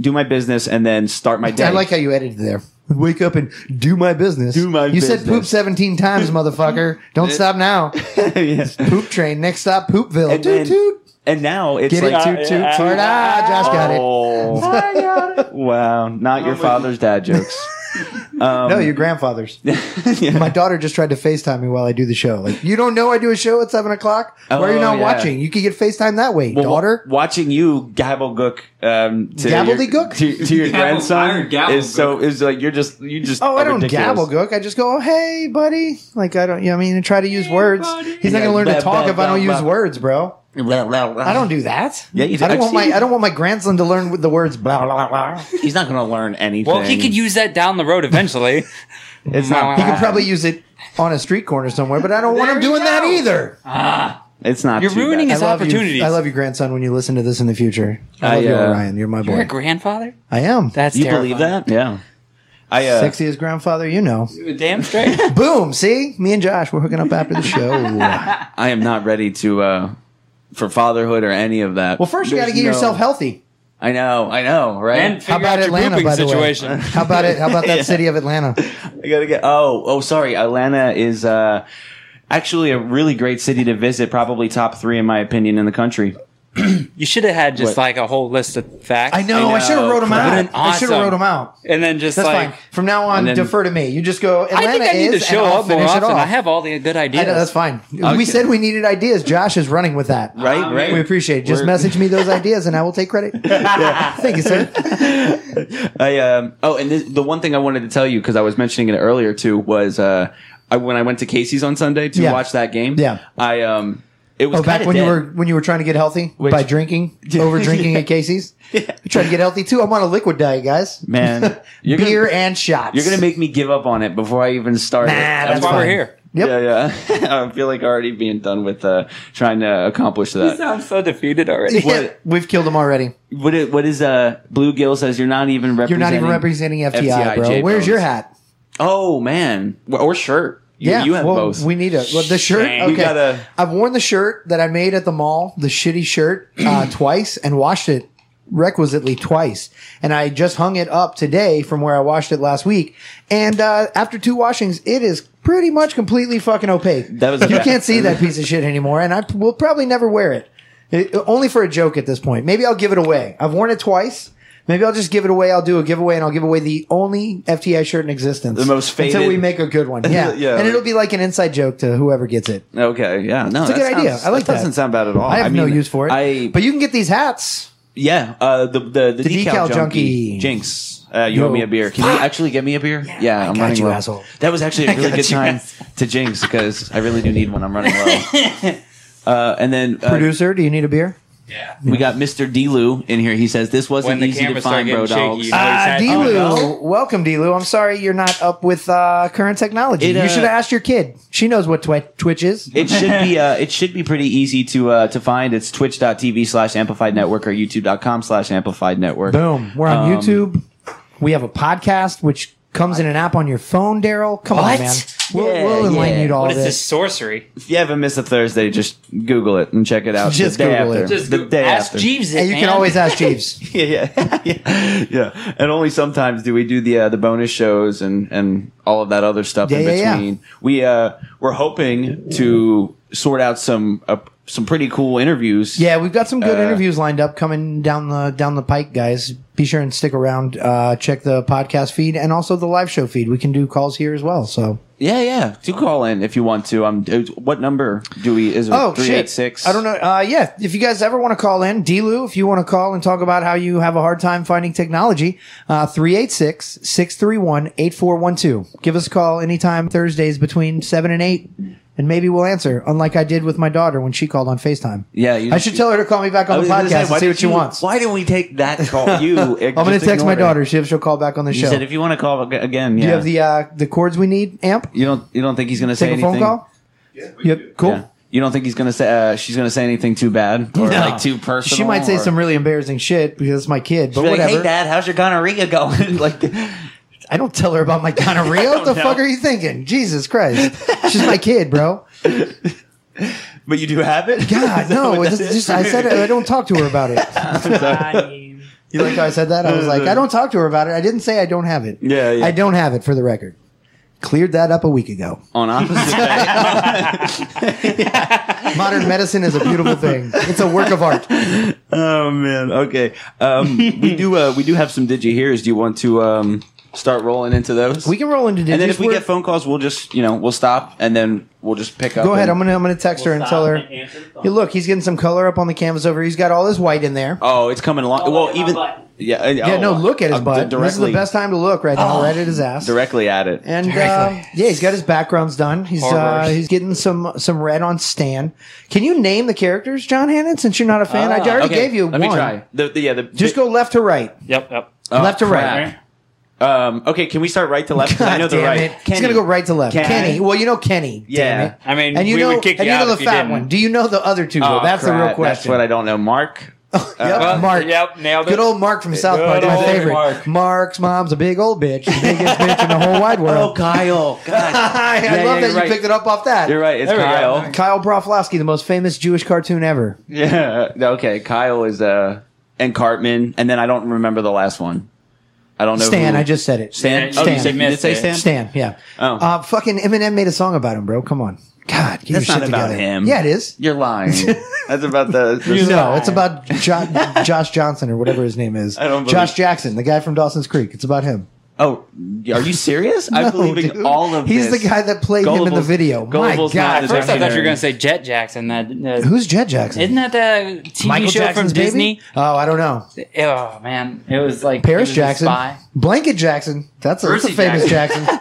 S3: do my business, and then start my day.
S4: I like how you edited there. Wake up and do my business.
S3: Do my
S4: You said poop
S3: business.
S4: 17 times, motherfucker. Don't stop now.
S3: Yes.
S4: Poop train. Next stop, Poopville.
S3: And,
S4: toot
S3: then-
S4: toot.
S3: and now it's
S4: Get
S3: like
S4: it, toot toot. Fart. Ah, Josh got it.
S3: Oh. Wow, not your father's dad jokes.
S4: no, your grandfather's. My daughter just tried to FaceTime me while I do the show. Like, you don't know I do a show at 7 o'clock? Why are you
S3: Oh,
S4: not
S3: yeah.
S4: watching? You could get FaceTime that way,
S3: Well,
S4: daughter.
S3: wa- watching you gabblegook um, to your,
S4: Gabbledygook?
S3: to, to your
S5: Gabble-
S3: grandson
S5: iron gabblegook.
S3: is so is like you're just you just
S4: Oh, I don't
S3: ridiculous.
S4: gabble, Gook. I just go, oh, hey, buddy. Like, I don't, you know, I mean, I try to use words.
S5: buddy.
S4: He's not going to learn
S3: Yeah,
S4: to talk
S3: blah,
S4: if I don't
S3: blah,
S4: use
S3: blah.
S4: words, bro. I don't do that.
S3: Yeah, you do.
S4: I don't
S3: I've
S4: want my
S3: seen-
S4: I don't want my grandson to learn with the words blah blah blah. He
S3: He's not going to learn anything.
S5: Well, he could use that down the road eventually.
S3: It's not.
S4: could probably use it on a street corner somewhere, but I don't want
S5: There
S4: him
S5: you
S4: doing that
S5: go.
S4: either.
S3: It's not.
S5: You're
S3: too
S5: ruining
S3: bad.
S5: his- opportunities.
S4: You, I love you, grandson. When you listen to this in the future, I
S3: I,
S4: love you,
S3: uh,
S4: Orion. You're my
S5: You're a
S4: boy.
S5: grandfather?
S4: I am.
S5: That's
S3: You
S5: terrifying.
S3: believe that? Yeah. I uh,
S4: Sexiest grandfather you know.
S5: Damn straight.
S4: Boom. See, me and Josh, we're hooking up after the show. well,
S3: I am not ready to uh, for fatherhood or any of that.
S4: first you got to
S3: There's
S4: get
S3: no-
S4: yourself healthy.
S3: I know. I know. Right.
S5: and figure
S4: How about
S5: out your
S4: Atlanta?
S5: pooping
S4: By the
S5: situation.
S4: way, how about it? How about that city of Atlanta?
S3: I gotta get. Oh, oh, sorry. Atlanta is uh, actually a really great city to visit. Probably top three in my opinion in the country.
S5: You should have had just
S3: What?
S5: like a whole list of facts.
S4: I know. I, should have wrote them
S5: Crap.
S4: out.
S5: Would've been
S4: I should have
S5: awesome.
S4: wrote them out.
S5: And then just
S4: That's
S5: like
S4: fine. From now on,
S3: And then-
S4: defer to me. You just go. Atlanta
S5: I think I need
S4: is,
S5: to show
S4: and I'll
S5: up more
S4: finish it
S5: often.
S4: off.
S5: I have all the good
S4: I
S5: ideas.
S4: know, that's fine. We
S3: Okay.
S4: said we needed ideas. Josh is running with that.
S3: Right.
S5: Um,
S3: right.
S4: We appreciate it. Just
S3: We're-
S4: message me those ideas and I will take credit. Thank you, sir.
S3: I um oh, and this, the one thing I wanted to tell you because I was mentioning it earlier too was uh, I, when I went to Casey's on Sunday to
S4: Yeah.
S3: watch that game.
S4: Yeah.
S3: I um, it was
S4: Oh, back
S3: kinda
S4: when you
S3: dead.
S4: were when you were trying to get healthy
S3: Which-
S4: by drinking, over drinking at Casey's. I tried to get healthy too. I'm on a liquid diet, guys.
S3: man, you're
S4: Beer
S3: Gonna,
S4: and shots.
S3: you're gonna make me give up on it before I even start.
S4: Nah,
S3: it.
S4: that's
S5: why we're
S4: fine.
S5: here.
S4: Yep.
S3: Yeah, yeah. I feel like already being done with uh, trying to accomplish
S5: You
S3: that.
S5: sound so defeated already.
S4: Yeah, We've killed him already.
S3: What is, what is uh bluegill says you're not even
S4: You're
S3: representing
S4: not even representing FTI,
S3: FTI,
S4: bro.
S3: J
S4: Where's
S3: Bones.
S4: your hat?
S3: oh man or or shirt you,
S4: yeah,
S3: you have
S4: well,
S3: both
S4: We need a well, the shirt.
S5: Shame.
S4: Okay,
S5: We
S3: gotta-
S4: I've worn the shirt that I made at the mall, the shitty shirt, uh, twice, and washed it requisitely twice. And I just hung it up today from where I washed it last week. And uh, after two washings, it is pretty much completely fucking opaque.
S3: That was-
S4: you can't see that piece of shit anymore, and I p- will probably never wear it. It- Only for a joke at this point. Maybe I'll give it away. I've worn it twice. Maybe I'll just give it away. I'll do a giveaway and I'll give away the only FTI shirt in existence.
S3: The most
S4: Until
S3: faded-
S4: we make a good one. Yeah.
S3: Yeah.
S4: And it'll be like an inside joke to whoever gets it.
S3: okay yeah no it's
S4: a good idea. I like that.
S3: doesn't sound bad at all
S4: I have no
S3: Oh, mean,
S4: use for it.
S3: I
S4: but you can get these hats.
S3: yeah uh the the, the, decal,
S4: decal
S3: junkie,
S4: junkie.
S3: Jinx uh, you
S4: Yo.
S3: owe me a beer can you actually get me a beer yeah,
S4: I
S3: I'm
S4: got
S3: running
S4: you,
S3: low
S4: asshole.
S3: that was actually a really
S4: got
S3: good
S4: you,
S3: time to Jinx because I really do need one I'm running low uh and then uh,
S4: Producer, do you need a beer?
S3: we got Mr. Delu in here he says this
S5: When
S3: wasn't
S5: the
S3: easy to
S5: camera started
S3: find bro
S5: getting
S3: dogs
S5: shaky, you know he's
S4: Uh,
S5: had-
S4: D-Lou,
S3: no?
S4: welcome, D-Lou. I'm sorry you're not up with uh, current technology.
S3: It, uh,
S4: you should have asked your kid. She knows what twi- Twitch is.
S3: It should be uh, it should be pretty easy to uh, to find. It's twitch.tv slash amplified network or youtube.com slash amplified network.
S4: Boom. We're on
S3: Um,
S4: YouTube. We have a podcast, which comes in an app on your phone, Daryl. Come
S5: What?
S4: on, man. We'll,
S3: Yeah,
S4: we'll enlighten
S3: yeah.
S4: you to all
S5: What is
S4: this.
S5: this sorcery?
S3: If you ever miss a Thursday, just Google it and check it out.
S4: Just
S3: the day
S4: Google it.
S3: after.
S5: Just
S3: the
S5: go-
S3: day
S5: ask
S3: after.
S5: Jeeves it.
S4: And you can
S5: man.
S4: always ask Jeeves.
S3: Yeah, yeah, yeah, yeah. And only sometimes do we do the uh, the bonus shows and and all of that other stuff
S4: Yeah,
S3: in
S4: yeah, yeah.
S3: between. We uh we're hoping to sort out some uh, some pretty cool interviews.
S4: Yeah, we've got some good
S3: Uh,
S4: interviews lined up coming down the down the pike, guys. Be sure and stick around. Uh, check the podcast feed and also the live show feed. We can do calls here as well. So
S3: yeah, yeah. Do call in if you want to. Um, what number do we? Is it
S4: oh
S3: three
S4: shit,
S3: eight six?
S4: I don't know. Uh, yeah, if you guys ever want to call in, Delu, if you want to call and talk about how you have a hard time finding technology, uh, 386-631-8412. Give us a call anytime Thursdays between seven and eight. And maybe we'll answer, unlike I did with my daughter when she called on FaceTime.
S3: Yeah, you-
S4: I should tell her to call me back on the
S3: I was gonna say,
S4: podcast
S3: why
S4: and see
S3: did
S4: what she
S3: you-
S4: wants.
S3: Why didn't we take that call? You.
S4: I'm going to text my daughter. See if she'll call back on the
S3: She
S4: show.
S3: said, "If you want to call ag- again, yeah.
S4: Do you have the uh, the cords we need? Amp.
S3: You don't. You don't think he's going to say
S4: Take a
S3: anything?
S4: phone call. Yeah. Yep. Cool.
S3: Yeah. You don't think he's going to say? Uh, she's going to say anything too bad or
S4: No.
S3: like too personal?
S4: She might say
S3: or-
S4: some really embarrassing shit because it's my kid. But
S3: She'll be like,
S4: whatever.
S3: hey, Dad, how's your gonorrhea going? like,
S4: I don't tell her about my gonorrhea. what the
S3: know.
S4: fuck are you thinking? Jesus Christ. She's my kid, bro.
S3: but you do have it.
S4: God, no. It's just, I said it. I don't talk to her about it. You like how I said that? I was like, I don't talk to her about it. I didn't say I don't have it.
S3: Yeah, yeah.
S4: I don't have it for the record. Cleared that up a week ago.
S3: On opposite day.
S4: Modern medicine is a beautiful thing. It's a work of art.
S3: oh man. Okay. Um, we do. Uh, we do have some digi hears. Do you want to um, start rolling into those?
S4: We can roll into
S3: and then
S4: digits.
S3: if we
S4: We're-
S3: get phone calls, we'll just you know we'll stop and then we'll just pick up.
S4: Go ahead.
S3: and-
S4: I'm gonna I'm gonna text her and tell her. Hey, look, he's getting some color up on the canvas over. here. He's got all this white in there.
S3: Oh, it's coming along. well, even yeah, uh,
S4: yeah,
S3: oh,
S4: no, look at his
S3: uh, d-
S4: butt.
S3: Directly, Oh,
S4: this is the best time to look right now, right at his ass.
S3: directly at it.
S4: And uh, yeah, he's got his backgrounds done. He's uh,
S5: Horrors.
S4: he's getting some some red on Stan. Can you name the characters, John Hannon? Since you're not a fan, I already
S3: Ah, Okay,
S4: gave you
S3: Let
S4: one.
S3: me try. The, the, yeah, the,
S4: Just go left to right.
S5: Yep, yep.
S3: oh,
S4: left to
S3: crap.
S4: right.
S3: Um, okay, can we start right to left? 'Cause I know the
S4: damn
S3: right.
S4: it. He's gonna go right to left.
S3: Kenny.
S4: Kenny. Well, you know Kenny.
S3: Yeah.
S4: Damn it.
S5: I mean,
S4: and you
S5: we
S4: know,
S5: would kick
S4: and
S5: you
S4: you
S5: out
S4: know the
S5: if you
S4: fat
S5: didn't.
S4: one. Do you know the other two? though?
S3: Oh,
S4: That's the real
S3: crap.
S4: question.
S3: That's what I don't know. Mark. Uh,
S4: Yep,
S5: Well,
S4: Mark.
S5: Yep, nailed it.
S4: Good old Mark from South
S5: Good
S4: Park, my
S5: old
S4: favorite.
S5: Mark.
S4: Mark's mom's a big old bitch, the biggest bitch in the whole wide world.
S3: Oh, Kyle. God.
S4: I
S3: yeah,
S4: love
S3: you're
S4: that you
S3: right.
S4: picked it up off that.
S3: You're right. It's
S5: There we
S3: Kyle.
S5: go.
S4: Kyle Broflovsky, the most famous Jewish cartoon ever.
S3: Yeah. Okay. Kyle is uh and Cartman, and then I don't remember the last one. I don't know.
S4: Stan,
S3: who-
S4: I just said it.
S3: Stan.
S5: Stan.
S3: Oh, you
S4: Stan.
S3: said, you did say
S5: Missed
S3: Stan?
S5: it.
S4: Stan, yeah.
S3: Oh.
S4: Uh, fucking Eminem made a song about him, bro. Come on. God, get
S3: That's
S4: your shit
S3: not about
S4: together.
S3: him.
S4: Yeah, it is.
S3: You're lying. That's about the. the
S4: No, it's about jo- Josh Johnson or whatever his name is.
S3: I don't
S4: Josh
S3: believe-
S4: Jackson, the guy from Dawson's Creek. It's about him.
S3: Oh, are you serious? I'm
S4: No,
S3: believing
S4: dude.
S3: all of
S4: He's
S3: this.
S4: the guy that played him in the
S3: Gullible's-
S4: video. My
S3: Gullible's not
S4: God.
S3: in the
S5: First, I thought you were
S3: documentary.
S5: going to say Jet Jackson. That uh,
S4: Who's Jed Jackson?
S5: isn't that the TV show
S4: Jackson's
S5: from Disney?
S4: baby? Oh, I don't know.
S5: Oh man, it was like he
S4: Paris
S5: was a
S4: Jackson,
S5: spy.
S4: Blanket Jackson. That's a, that's a
S5: Percy
S4: famous Jackson.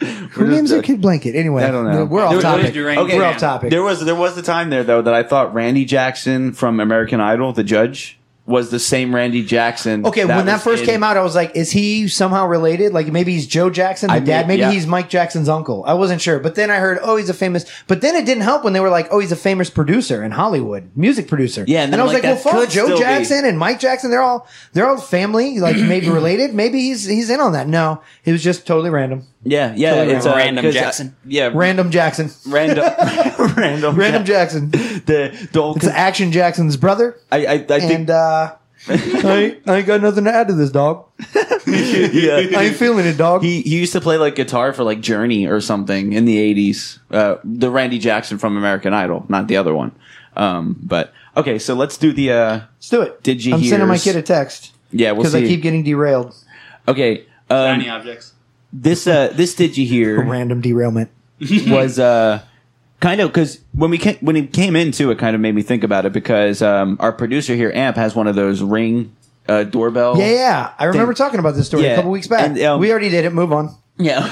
S4: Who names their
S3: the-
S4: kid Blanket? Anyway,
S3: I don't know.
S4: we're off
S5: There- there was
S4: topic.
S5: Duran
S3: Okay.
S4: we're
S5: Duran.
S4: off topic.
S3: There was there was the time there though that I thought Randy Jackson from American Idol, the judge, was the same Randy Jackson.
S4: okay, when that
S3: was
S4: first
S3: in-
S4: came out, I was like, is he somehow related? Like maybe he's Joe Jackson, the
S3: I mean,
S4: dad. Maybe
S3: yeah.
S4: he's Mike Jackson's uncle. I wasn't sure, but then I heard, oh, he's a famous. But then it didn't help when they were like, oh, he's a famous producer in Hollywood, music producer.
S3: Yeah, and then
S4: I was
S3: I'm
S4: like,
S3: like,
S4: well,
S3: that
S4: fuck,
S3: could
S4: Joe
S3: still be-
S4: Jackson and Mike Jackson, they're all they're all family, like maybe related. Maybe he's he's in on that. No, it was just totally random,
S3: Yeah, yeah,
S4: Totally
S3: it's
S5: wrong.
S3: uh,
S5: Random
S3: 'cause, uh,
S5: Jackson.
S3: yeah,
S4: random Jackson,
S3: random, random,
S4: random
S3: Jack-
S4: Jackson.
S3: The the whole
S4: It's Action Jackson's brother,
S3: I I, I think
S4: and uh, I, ain't, I ain't got nothing to add to this, dog.
S3: yeah.
S4: I ain't feeling it, dog.
S3: He, he used to play like guitar for like Journey or something in the eighties. Uh, the Randy Jackson from American Idol, not the other one. Um, but okay, so let's do the uh,
S4: Let's do it.
S3: Did you
S4: I'm sending my
S3: hears?
S4: kid a text
S3: yeah. We'll
S4: because
S3: see.
S4: I keep getting derailed.
S3: okay, um,
S5: Tiny objects.
S3: this uh, this did you hear?
S4: Random derailment.
S3: was uh, kind of because when we came, when it came into it, kind of made me think about it because um, our producer here, Amp, has one of those ring uh, doorbell.
S4: Yeah, yeah. I remember talking about this story a
S3: Yeah,
S4: couple weeks back.
S3: and, um,
S4: we already did it. Move on.
S3: yeah.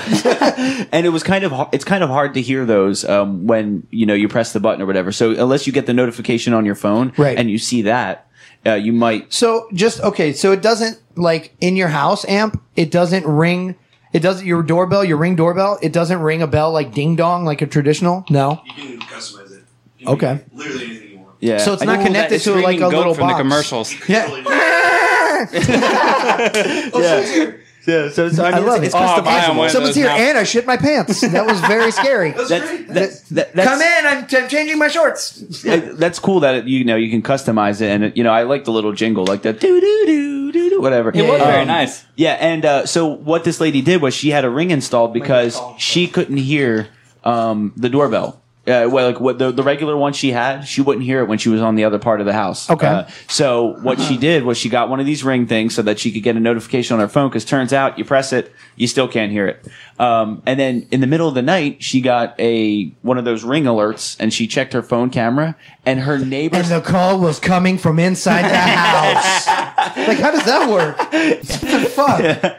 S3: and it was kind of har- it's kind of hard to hear those um, when you know you press the button or whatever. So unless you get the notification on your phone,
S4: Right.
S3: and you see that, uh, you might.
S4: So just okay. So it doesn't like in your house amp. It doesn't ring. It doesn't your doorbell. Your ring doorbell. It doesn't ring a bell like ding dong like a traditional. No.
S6: You can customize it. You
S4: Okay.
S6: can do Literally anything you want.
S3: Yeah.
S4: So it's
S3: I
S4: not
S3: know
S4: connected
S5: That
S4: to like
S5: screaming
S4: a
S5: goat
S4: little
S5: from
S4: box.
S5: the commercials.
S4: Yeah.
S6: Oh,
S3: Yeah. yeah. So it's, I, mean,
S4: I love
S3: it's-
S4: it. It's
S5: Oh,
S4: just the
S5: buy 'em
S4: possible.
S5: one of
S4: Someone's
S5: those
S4: here,
S5: now.
S4: and I shit my pants. That was very scary.
S3: That's, that's, that, that's
S4: Come in, I'm, I'm changing my shorts.
S3: Yeah, that's cool that it, you know you can customize it, and you know I like the little jingle, like the doo doo doo doo doo, whatever.
S5: It was
S4: yeah.
S5: very
S4: Um,
S5: nice.
S3: Yeah, and uh, so what this lady did was she had a ring installed because she couldn't hear um, the doorbell. Uh, well, like what the, the regular one she had, she wouldn't hear it when she was on the other part of the house.
S4: Okay.
S3: Uh, so what
S5: Uh-huh.
S3: she did was she got one of these ring things so that she could get a notification on her phone. Because turns out you press it, you still can't hear it. Um, and then in the middle of the night, she got a one of those ring alerts, and she checked her phone camera, and her
S4: And
S3: neighbors
S4: the call was coming from inside the house. like, how does that work? What the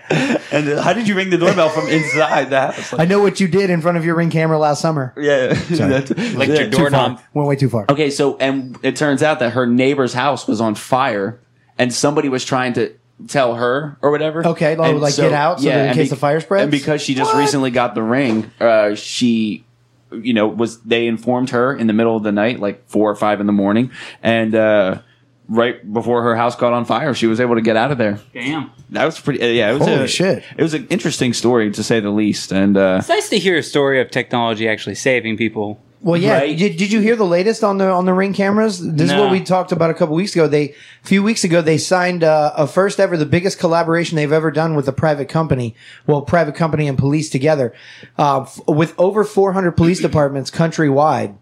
S4: fuck?
S3: And uh, how did you ring the doorbell from inside the house?
S4: I know what you did in front of your ring camera last summer.
S3: yeah,
S5: Like your doorknob.
S4: Went way too far.
S3: Okay, so and it turns out that her neighbor's house was on fire, and somebody was trying to tell her or whatever.
S4: Okay, like-
S3: And
S4: like, get out so that in
S3: and
S4: case the fire spreads?
S3: And because she just recently got the ring, uh, she, you know, was they informed her in the middle of the night, like four or five in the morning, and uh, right before her house caught on fire, she was able to get out of there.
S5: Damn.
S3: That was pretty. uh, yeah, it was
S4: Holy
S3: a,
S4: shit.
S3: It was an interesting story to say the least, and. Uh,
S5: It's nice to hear a story of technology actually saving people.
S4: Well, yeah.
S3: Right.
S4: Did, did you hear the latest on the on the ring cameras? This is
S5: No.
S4: what we talked about a couple weeks ago. They a few weeks ago they signed uh, a first ever, the biggest collaboration they've ever done with a private company. Well, private company and police together, uh, f- with over 400 police departments countrywide,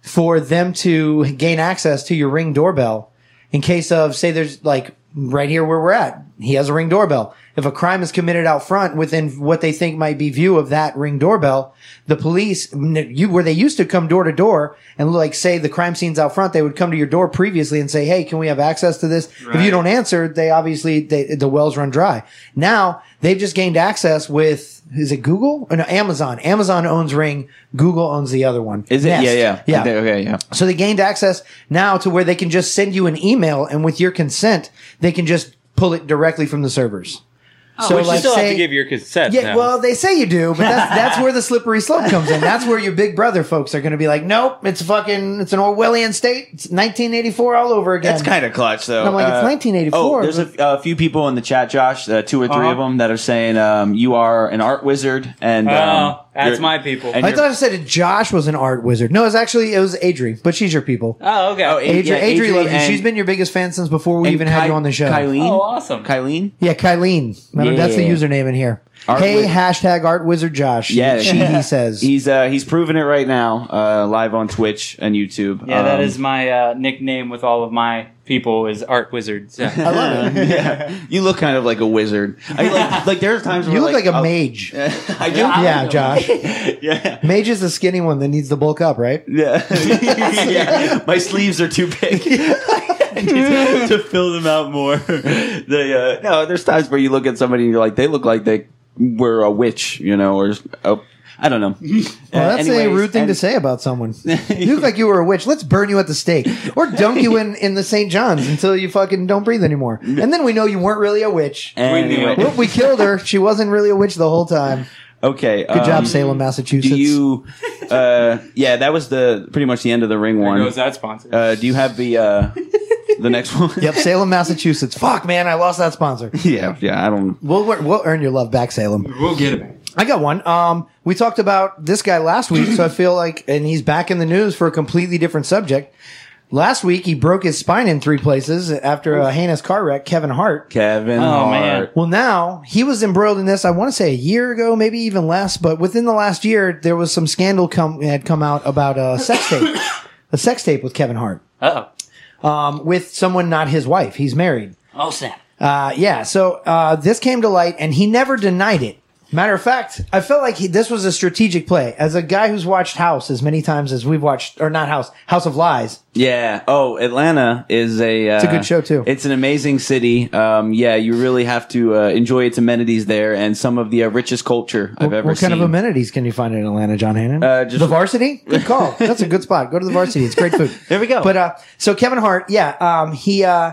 S4: for them to gain access to your ring doorbell in case of say there's like right here where we're at he has a ring doorbell if a crime is committed out front within what they think might be view of that ring doorbell the police n- you where they used to come door to door and like say the crime scenes out front they would come to your door previously and say hey can we have access to this if you
S5: Right.
S4: don't answer they obviously they, the wells run dry now they've just gained access with is it google or no amazon amazon owns ring google owns the other one
S3: Is it?
S4: Nest.
S3: Yeah, yeah,
S4: yeah
S3: Okay, okay, yeah.
S4: so they gained access now to where they can just send you an email and with your consent, they can just pull it directly from the servers. So,
S5: Oh. But you
S4: like,
S5: still have
S4: say-
S5: to give your consent.
S4: Yeah,
S5: now.
S4: well, they say you do, but that's that's where the slippery slope comes in. That's where your big brother folks are going to be like, nope, it's fucking, it's an Orwellian state. It's 1984 all over again.
S3: That's kind of clutch, though.
S4: And I'm like, it's
S3: Uh,
S4: 1984.
S3: Oh, there's a, a few people in the chat, Josh. Uh, two or 3
S5: Uh-huh.
S3: of them that are saying um, you are an art wizard, and um,
S5: Oh, that's
S3: you're-
S5: my people.
S3: and
S4: I
S3: you're-
S4: thought I said Josh was an art wizard. No, it's actually it was Adri, but she's your people.
S5: oh, okay.
S3: Oh,
S5: Oh,
S3: it-
S4: Adri,
S3: yeah,
S4: Adri,
S3: Adri
S4: loves you.
S3: and-
S4: She's been your biggest fan since before we
S3: and
S4: even had
S3: Ky-
S4: you on the show.
S3: Kylene.
S5: Oh, awesome.
S3: Kylene.
S4: Yeah, Kylene. Remember, That's the
S3: Yeah.
S4: username in here.
S3: Art
S4: hey,
S3: wizard.
S4: hashtag art wizard Josh.
S3: Yeah.
S4: she he says.
S3: He's uh, he's proving it right now, uh, live on Twitch and YouTube.
S5: yeah, that
S3: Um,
S5: is my uh, nickname with all of my people is Art Wizard. So.
S4: I love it.
S3: yeah, you look kind of like a wizard. I like like oh. there are times where
S4: You look like, a
S3: I'll-
S4: mage.
S3: I do.
S4: yeah, Josh.
S3: yeah.
S4: Mage is the skinny one that needs to bulk up, right?
S3: Yeah. Yeah. My sleeves are too big. I need to fill them out more. They, uh, no, there's times where you look at somebody and you're like, they look like they were a witch, you know, or oh, I don't know.
S4: Well, that's a rude thing to say about someone. you look like you were a witch. Let's burn you at the stake or dunk you in, in the St. John's until you fucking don't breathe anymore. And then we know you weren't really a witch.
S5: We
S3: Anyway,
S5: knew.
S4: Whoop, we killed her. She wasn't really a witch the whole time.
S3: okay.
S4: Good
S3: um,
S4: job, Salem, Massachusetts.
S3: Do you? Uh, yeah, that was the pretty much the end of the ring
S5: There
S3: one.
S5: goes that sponsor.
S3: Uh, do you have the uh, the next one?
S4: yep, Salem, Massachusetts. Fuck, man, I lost that sponsor.
S3: yeah, yeah. I don't.
S4: We'll, we'll earn your love back, Salem.
S5: we'll get it back.
S4: I got one. Um, we talked about this guy last week, so I feel like, and he's back in the news for a completely different subject. Last week, he broke his spine in three places after a heinous car wreck. Kevin Hart.
S3: Kevin.
S5: Oh, man.
S3: Hart.
S4: Well, now he was embroiled in this. I want to say a year ago, maybe even less, but within the last year, there was some scandal come had come out about a sex tape, a sex tape with Kevin Hart,
S5: Oh,
S4: um, with someone not his wife. He's married.
S5: oh snap!
S4: Uh, yeah. So uh, this came to light, and he never denied it. Matter of fact, I felt like he, this was a strategic play. As a guy who's watched House as many times as we've watched, or not House, House of Lies.
S3: Yeah. Oh, Atlanta is a. Uh, it's
S4: a good show, too.
S3: It's an amazing city. Um, yeah, you really have to uh, enjoy its amenities there and some of the uh, richest culture I've ever
S4: what
S3: seen.
S4: kind of amenities can you find in Atlanta, John Hannon?
S3: Uh, just-
S4: the Varsity. Good call. That's a good spot. Go to the Varsity. It's great food.
S3: There we go.
S4: But uh, so Kevin Hart, yeah, um, he. Uh,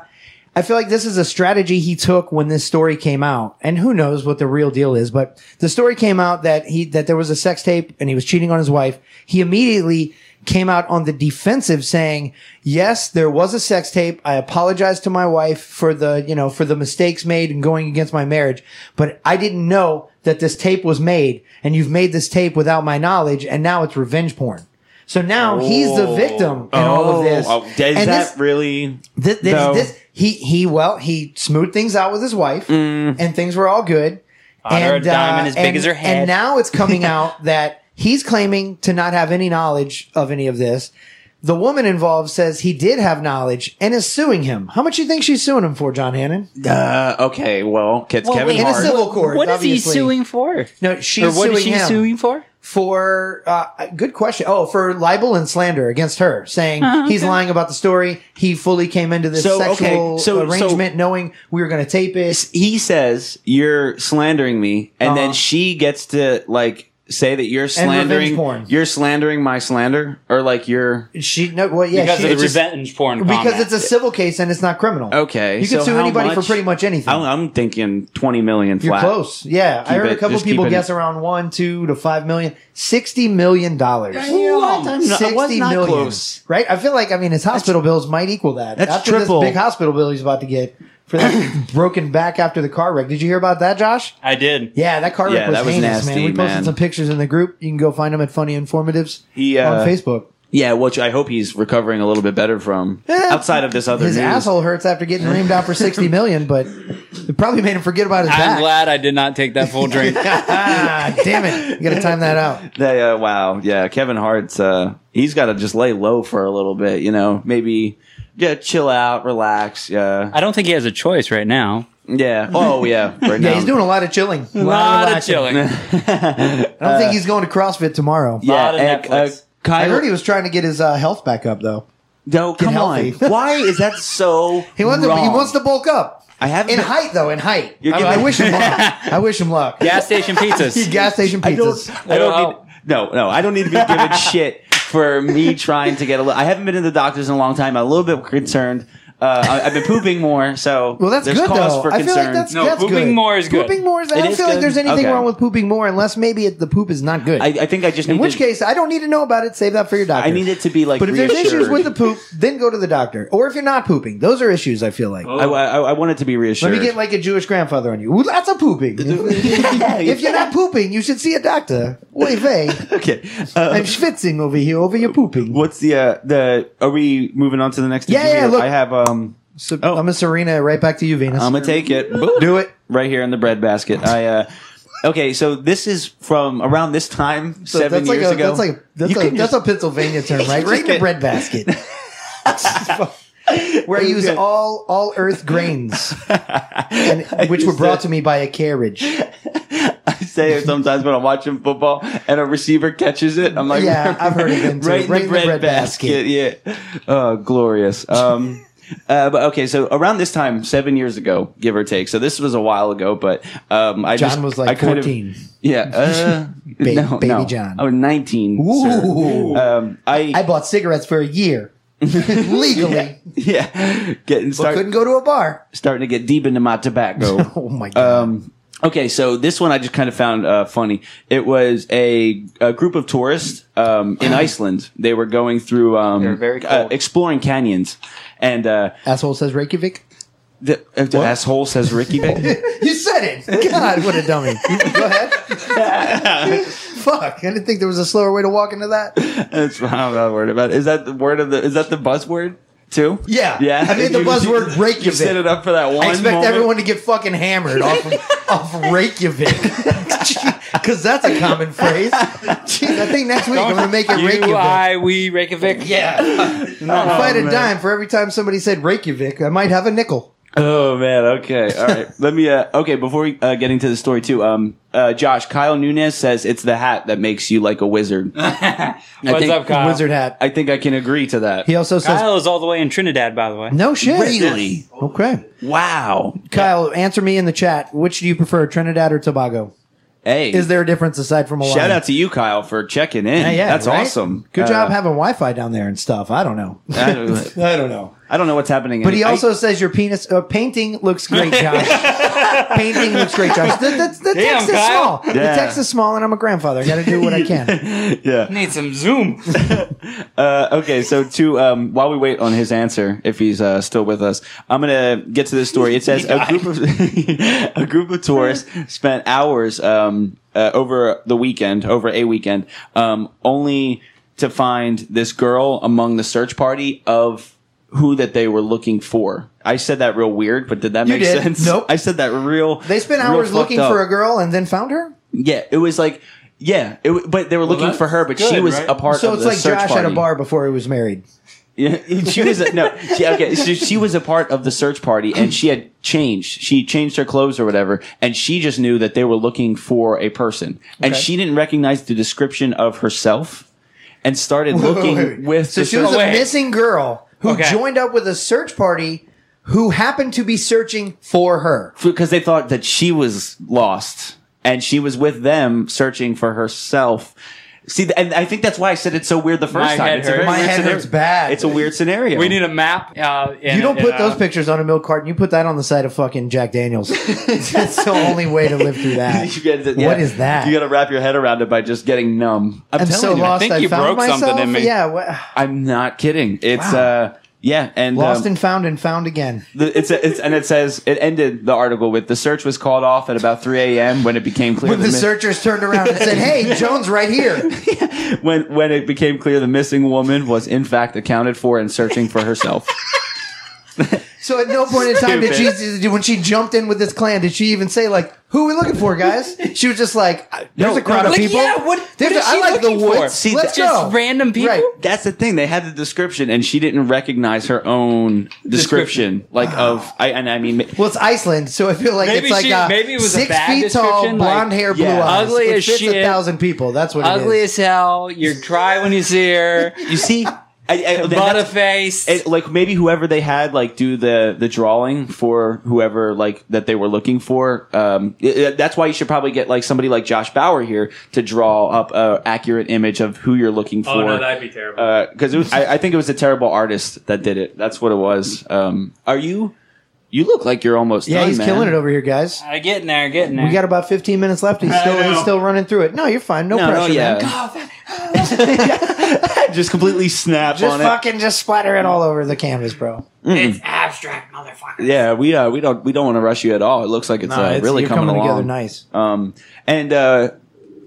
S4: I feel like this is a strategy he took when this story came out, and who knows what the real deal is. But the story came out that he that there was a sex tape and he was cheating on his wife. He immediately came out on the defensive saying, "Yes, there was a sex tape. I apologize to my wife for the you know for the mistakes made and going against my marriage, but I didn't know that this tape was made, and you've made this tape without my knowledge, and now it's revenge porn." So now he's the victim in all of this.
S3: Oh, is
S4: And
S3: that
S4: this-
S3: really?
S4: Th- th-
S3: No.
S4: this- he he well he smoothed things out with his wife and things were all good.
S5: her Mm. a diamond as big
S4: and-
S5: as her
S4: And
S5: head.
S4: now it's coming out that he's claiming to not have any knowledge of any of this. The woman involved says he did have knowledge and is suing him. How much you think she's suing him for, John Hannon?
S3: Uh, okay. Well, it's Kevin
S4: in a
S3: Hart.
S4: civil court.
S5: What is
S4: obviously.
S5: he suing for?
S4: No, she's
S5: or what
S4: suing
S5: is she
S4: him
S5: suing for?
S4: for uh, good question. Oh, for libel and slander against her, saying
S5: Oh,
S4: he's lying about the story. He fully came into this
S3: So, okay,
S4: sexual
S3: so- so-
S4: arrangement knowing we were going to tape it.
S3: he says you're slandering me, and
S4: Uh-huh.
S3: then she gets to like say that you're slandering
S4: porn.
S3: you're slandering my slander, or like you're
S4: She no, well, yeah,
S5: Because
S4: she,
S5: of the
S4: it's just-
S5: revenge porn.
S4: because
S5: comment.
S4: it's a civil case and it's not criminal.
S3: okay.
S4: you can
S3: so
S4: sue
S3: how
S4: anybody for
S3: much-
S4: pretty much anything.
S3: I'm, I'm thinking twenty million
S4: You're
S3: flat.
S4: close. Yeah, I
S3: Keep
S4: heard a
S3: it-
S4: couple
S3: just keep
S4: people
S3: it-
S4: guess around one, two to five million, sixty million dollars.
S3: What? I'm not- I was
S4: Sixty
S3: not
S4: million,
S3: close.
S4: right? I feel like I mean his hospital bills might equal that.
S3: that's
S4: after
S3: triple.
S4: This big hospital bill he's about to get for that broken back after the car wreck. Did you hear about that, Josh?
S5: I did.
S4: Yeah, that car wreck
S3: Yeah,
S4: was,
S3: that was
S4: heinous, man.
S3: nasty,
S4: We posted
S3: man.
S4: some pictures in the group. You can go find them at Funny Informatives
S3: He, uh,
S4: on Facebook.
S3: Yeah, which I hope he's recovering a little bit better from. outside of this other
S4: His
S3: news.
S4: asshole hurts after getting reamed out for sixty million, but it probably made him forget about his
S5: I'm
S4: back.
S5: glad I did not take that full drink.
S4: ah, damn it! You got to time that out.
S3: They, uh, wow, yeah, Kevin Hart's uh, he's got to just lay low for a little bit, you know, maybe yeah, chill out, relax, yeah,
S5: I don't think he has a choice right now.
S3: yeah. Oh yeah, right
S4: Yeah,
S3: now.
S4: he's doing a lot of chilling. A
S5: A
S4: lot of
S5: lot of
S4: relaxing.
S5: chilling.
S4: I don't think he's going to CrossFit tomorrow.
S3: Uh, yeah, eh, uh,
S5: lot of
S3: and,
S5: Netflix.
S4: uh,
S3: Kyle,
S4: I heard he was trying to get his uh, health back up, though.
S3: No, come on.
S4: healthy.
S3: Why is that so?
S4: He wants, to,
S3: wrong?
S4: he wants to bulk up.
S3: I haven't.
S4: In
S3: been-
S4: height, though, in height. I,
S3: You're giving-
S4: I wish him luck. I wish him luck.
S5: Gas station pizzas.
S4: Gas station
S3: I
S4: pizzas.
S3: don't. I don't need. No, no, I don't need to be given shit for me trying to get a. Li- I haven't been to the doctors in a long time. I'm a little bit concerned. Uh, I, I've been pooping more, so
S4: Well, that's
S3: there's
S4: good
S3: cause
S4: though.
S3: for
S4: I feel
S3: concern.
S4: like that's
S5: No,
S4: that's
S5: pooping
S4: good.
S5: more is good.
S4: Pooping more is. I
S3: It
S4: don't
S3: is
S4: feel like
S3: good?
S4: there's anything
S3: Okay.
S4: wrong with pooping more, unless maybe it, the poop is not good.
S3: I, I think I just
S4: in
S3: need
S4: which
S3: to-
S4: case, I don't need to know about it. Save that for your doctor.
S3: I need it to be like.
S4: But if there's
S3: reassured.
S4: issues with the poop, then go to the doctor. Or if you're not pooping, those are issues. I feel
S5: Oh,
S4: like.
S3: I, I, I want it to be reassured.
S4: Let me get like a Jewish grandfather on you. Ooh, that's a pooping. if you're not pooping, you should see a doctor. Oy vey.
S3: okay. Uh,
S4: I'm schwitzing over here over your pooping.
S3: what's the uh, the? Are we moving on to the next?
S4: Yeah,
S3: interview?
S4: yeah, look.
S3: I have um.
S4: So,
S3: Oh.
S4: I'm a Serena. Right back to you, Venus.
S3: I'm gonna take it.
S4: Do it.
S3: right here in the bread basket. I uh okay, so this is from around this time
S4: So
S3: seven
S4: that's like
S3: years
S4: a,
S3: ago.
S4: That's like that's,
S3: You
S4: a,
S3: can
S4: that's
S3: just-
S4: a Pennsylvania term, right? Just
S3: Drink
S4: the
S3: it.
S4: bread basket. Where I use
S3: Okay.
S4: all all earth grains, and, which were
S3: used
S4: brought
S3: to-
S4: to me by a carriage.
S3: I say it sometimes when I'm watching football and a receiver catches it. I'm like,
S4: Yeah, I've heard of them too.
S3: right, in the bread, basket. Yeah, oh, glorious. Um, uh, but okay, so around this time, seven years ago, give or take. So this was a while ago, but um, I
S4: John
S3: just,
S4: was like
S3: I kind of-
S4: 14.
S3: yeah, uh,
S4: Ba-
S3: no,
S4: baby
S3: no.
S4: John.
S3: I was 19.
S4: Ooh.
S3: Sir. Um,
S4: I bought cigarettes for a year legally,
S3: yeah, getting
S4: but
S3: started.
S4: couldn't go to a bar.
S3: starting to get deep into my tobacco.
S4: Oh my god!
S3: um, okay, so this one I just kind of found uh, funny. It was a, a group of tourists um, in Iceland. They were going through um,
S5: They're very
S3: uh,
S5: cold.
S3: exploring canyons, and uh,
S4: Asshole says Reykjavik.
S3: the, uh, the asshole says Ricky.
S4: You said it. God, what a dummy. Go ahead. Fuck! I didn't think there was a slower way to walk into that.
S3: That's I'm not worried about. It. Is that the word of the? Is that the buzzword too?
S4: Yeah.
S3: yeah.
S4: I made the
S3: You-
S4: buzzword
S3: You
S4: Reykjavik.
S3: set it up for that one.
S4: I expect
S3: moment.
S4: everyone to get fucking hammered off of, off of Reykjavik. Because that's a common phrase. Jeez, I think next week I'm going to make it
S5: You,
S4: Reykjavik.
S5: I, we, Reykjavik.
S4: yeah. if I had a dime for every time somebody said Reykjavik, I might have a nickel.
S3: Oh man, okay, all right. Let me. Uh, okay, before we uh, get into the story too, um, uh, Josh Kyle Nunez says it's the hat that makes you like a wizard. I
S5: What's
S3: think,
S5: up, Kyle?
S4: Wizard hat.
S3: I think I can agree to that.
S4: He also says,
S5: Kyle is all the way in Trinidad, by the way.
S4: no shit.
S3: Really?
S4: Okay.
S3: Wow.
S4: Kyle, answer me in the chat. Which do you prefer, Trinidad or Tobago?
S3: Hey,
S4: Is there a difference aside from a
S3: shout out to you, Kyle, for checking in.
S4: Yeah, yeah,
S3: that's
S4: right?
S3: awesome.
S4: Good
S3: Uh,
S4: job having Wi Fi down there and stuff. I don't know.
S3: I don't,
S4: I don't know.
S3: I don't know what's happening.
S4: But he
S3: I-
S4: also says your penis uh, painting looks great, Josh. painting looks great, Josh. The, the, the
S5: Damn,
S4: text is
S5: Kyle.
S4: small. The
S3: Yeah.
S4: text is small, and I'm a grandfather. I got to do what I can.
S3: yeah.
S5: Need some Zoom.
S3: Uh, okay, so to um, while we wait on his answer, if he's uh, still with us, I'm gonna get to this story. It says a group of a group of tourists spent hours um, uh, over the weekend, over a weekend, um, only to find this girl among the search party of who that they were looking for. I said that real weird, but did that
S4: You
S3: make
S4: did.
S3: sense?
S4: Nope.
S3: I said that real.
S4: They spent
S3: real
S4: hours
S3: fucked
S4: looking
S3: up.
S4: for a girl and then found her.
S3: Yeah, it was like. Yeah, it, w- but they were looking for her, but she
S5: good,
S3: was
S5: right?
S3: a part
S4: So
S3: of
S4: it's
S3: the
S4: like
S3: search
S4: Josh
S3: party.
S4: at a bar before he was married.
S3: Yeah, she was a, no. She, okay, so she was a part of the search party, and she had changed. She changed her clothes or whatever, and she just knew that they were looking for a person, and
S4: Okay.
S3: she didn't recognize the description of herself, and started looking
S4: Wait, wait, wait.
S3: with.
S4: so
S3: the
S4: she was
S3: search-
S5: Oh,
S4: a
S5: wait.
S4: missing girl who
S5: Okay.
S4: joined up with a search party who happened to be searching for her.
S3: because they thought that she was lost and she was with them searching for herself. See, th- and I think that's why I said it's so weird the first
S5: My
S3: time.
S5: head
S3: it's a
S5: hurts.
S3: very
S4: My
S3: weird
S4: head
S3: scenario.
S4: hurts bad.
S3: er- It's a weird scenario.
S5: We need a map. Uh, and-
S4: You don't
S5: and,
S4: put
S5: uh,
S4: those pictures on a milk carton. You put that on the side of fucking Jack Daniels. That's the only way to live through that.
S3: You get it,
S4: What is that?
S3: You got to wrap your head around it by just getting numb. I'm,
S4: I'm
S3: telling
S4: so
S3: you,
S4: lost. I,
S5: think you
S4: found
S5: broke
S4: myself.
S5: something in me.
S4: Yeah, wha-
S3: I'm not kidding. It's
S4: Wow.
S3: uh, yeah, and
S4: lost
S3: um,
S4: and found and found again.
S3: the, it's, it's and it says it ended the article with the search was called off at about 3 a.m. when it became clear
S4: When the
S3: mi-
S4: searchers turned around and said, "Hey, Jones, right here."
S3: when when it became clear the missing woman was in fact accounted for and searching for herself.
S4: So at no point in time did she, when she jumped in with this clan, did she even say like, "Who are we looking for, guys"? She was just like, "There's
S3: No,
S4: a crowd of
S5: like,
S4: people.
S5: yeah, what-
S4: There's
S5: what
S4: a-
S5: is
S4: I
S5: she
S4: like the
S5: looking for?
S4: woods.
S3: See, that's
S4: Let's go."
S5: just random people?
S4: Right.
S3: That's the thing. They had the description, and she didn't recognize her own description, like of I and I mean
S4: Well, it's Iceland, so I feel like
S5: Maybe
S4: it's like
S5: she-
S4: a
S5: maybe it was a
S4: six
S5: bad
S4: feet tall,
S5: description,
S4: blonde
S5: like,
S4: hair, blue
S3: yeah.
S4: eyes,
S5: Ugly
S4: which
S5: as
S4: fits a
S5: shit.
S4: thousand people. That's what
S5: Ugly
S4: it is.
S5: as hell. You're dry when you see her.
S3: You see, I, I, I, that's-
S5: Butterface.
S3: it, like maybe whoever they had like do the the drawing for whoever like that they were looking for um it- it- that's why you should probably get like somebody like josh bauer here to draw up a accurate image of who you're looking for
S7: Oh no, that'd be terrible.
S3: because was I, I think it was a terrible artist that did it. That's what it was. Um, are you? You look like you're almost.
S4: Yeah,
S3: done,
S4: he's
S3: man.
S4: killing it over here, guys.
S5: I Uh, getting there, getting there.
S4: We got about 15 minutes left. He's
S7: I
S4: still he's
S7: know.
S4: still running through it. No, you're fine. No,
S3: No, no,
S4: pressure.
S3: yeah.
S4: man.
S3: just completely snap
S4: Just
S3: on it.
S4: fucking just splatter it all over the canvas, bro.
S7: It's abstract, motherfucker.
S3: Yeah, we uh, we don't we don't want to rush you at all. It looks like it's,
S4: Nah,
S3: uh,
S4: it's-
S3: really
S4: you're
S3: coming, along.
S4: together nice.
S3: Um, and uh,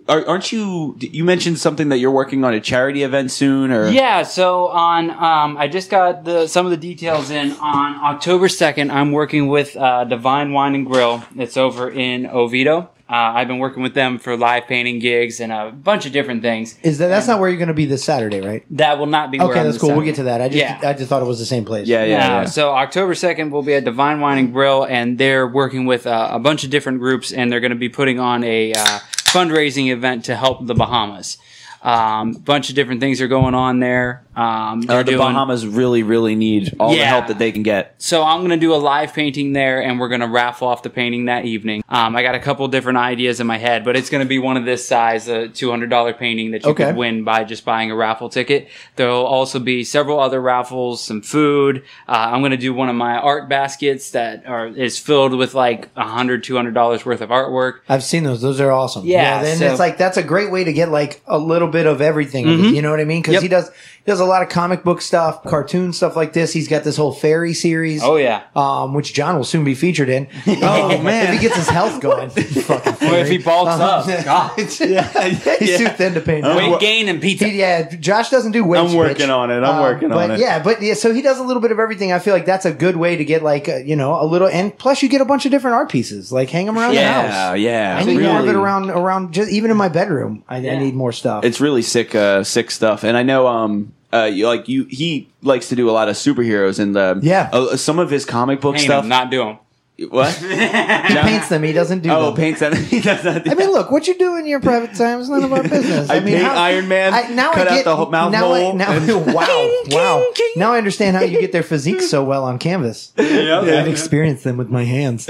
S3: are, aren't you? You mentioned something that you're working on a charity event soon, or
S5: Yeah, so on, um, I just got the some of the details in on October second. I'm working with uh, Divine Wine and Grill. It's over in Oviedo. Uh, I've been working with them for live painting gigs and a bunch of different things.
S4: Is that that's not where you're going to be this Saturday, right?
S5: That will not be where
S4: Okay,
S5: I'm
S4: that's
S5: this
S4: cool. We'll
S5: Saturday.
S4: get to that. I just
S5: Yeah.
S4: I just thought it was the same place.
S3: yeah, yeah,
S5: Yeah,
S3: yeah.
S5: So October 2nd, we'll be at Divine Wine and Grill, and they're working with uh, a bunch of different groups, and they're going to be putting on a uh, fundraising event to help the Bahamas. A um, bunch of different things are going on there. Um,
S3: Uh,
S5: they're
S3: the
S5: doing-
S3: Bahamas really, really need all the
S5: Yeah.
S3: help that they can get.
S5: So I'm gonna do a live painting there, and we're gonna raffle off the painting that evening. Um, I got a couple different ideas in my head, but it's gonna be one of this size, a $200 painting that you
S4: Okay.
S5: could win by just buying a raffle ticket. There'll also be several other raffles, some food. Uh, I'm gonna do one of my art baskets that are is filled with like 100 $200 worth of artwork.
S4: I've seen those. Those are awesome.
S5: Yeah,
S4: and
S5: so-
S4: it's like that's a great way to get like a little bit of everything. You know what I mean? Because
S5: Mm-hmm. Yep.
S4: he does he does a lot of comic book stuff, cartoon stuff like this. He's got this whole fairy series.
S5: Oh yeah.
S4: Um, which John will soon be featured in.
S3: Oh,
S4: Um,
S3: man.
S4: if he gets his health going, fucking
S5: Or if
S4: fairy.
S5: he bulks up,
S4: Uh-huh.
S5: God.
S4: he's too thin to paint.
S3: Oh,
S5: weight
S3: wor-
S5: gain and pizza.
S4: He- yeah, Josh doesn't do weights.
S3: I'm working
S4: bitch.
S3: on it. I'm
S4: Um,
S3: working
S4: but
S3: on it.
S4: Yeah, but yeah, so he does a little bit of everything. I feel like that's a good way to get like uh, you know a little, and plus you get a bunch of different art pieces. Like hang them around the
S3: Yeah,
S4: house.
S3: yeah.
S4: I need more of
S3: really.
S4: it around around just even in my bedroom. I, I need more stuff.
S3: It's really sick, uh, sick stuff. And I know, um, uh, you, like you, he likes to do a lot of superheroes and um,
S4: Yeah.
S3: uh, some of his comic book
S5: Paint
S3: stuff.
S5: him, not do him.
S3: what?
S4: he paints them. He doesn't do.
S3: oh,
S4: them.
S3: paints that. He does not. do
S4: I mean, look, what you do in your private time is none of our business.
S3: I paint Iron Man, cut out the ho- mouth
S4: now
S3: hole,
S4: I, now, wow, wow. Now I understand how you get their physique so well on canvas. I've experienced them with my hands.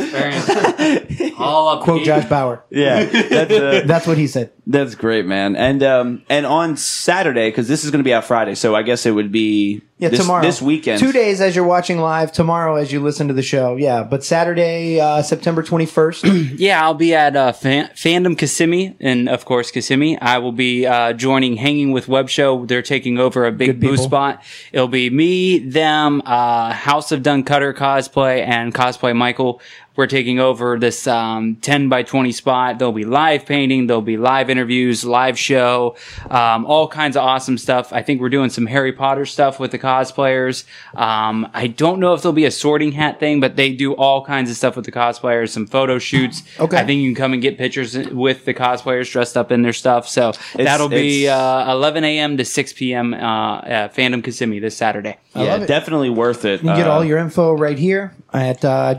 S5: All up.
S4: Quote Josh Bauer.
S3: yeah, that's, uh,
S4: That's what he said.
S3: that's great, man. And um, and on Saturday because this is going to be out Friday, so I guess it would be
S4: Yeah,
S3: this,
S4: tomorrow.
S3: this weekend.
S4: Two days as you're watching live, tomorrow as you listen to the show. Yeah, but Saturday, uh, September 21st.
S5: Yeah, I'll be at uh, Fan- Fandom Kissimmee, and of course Kissimmee. I will be uh, joining Hanging with Web Show. They're taking over a big
S4: Good
S5: booth
S4: people.
S5: spot. It'll be me, them, uh, House of Dun Cutter cosplay, and cosplay Michael. We're taking over this um, ten by twenty spot. There'll be live painting. There'll be live interviews, live show, um, all kinds of awesome stuff. I think we're doing some Harry Potter stuff with the cosplayers. Um, I don't know if there'll be a sorting hat thing, but they do all kinds of stuff with the cosplayers. Some photo shoots.
S4: Okay.
S5: I think you can come and get pictures with the cosplayers dressed up in their stuff. So that'll be
S3: it's-
S5: uh, 11 a.m. to 6 p.m. Uh, at Fandom Kissimmee this Saturday.
S3: yeah,
S4: love it.
S3: definitely worth it.
S4: You can get
S3: Uh,
S4: all your info right here at uh,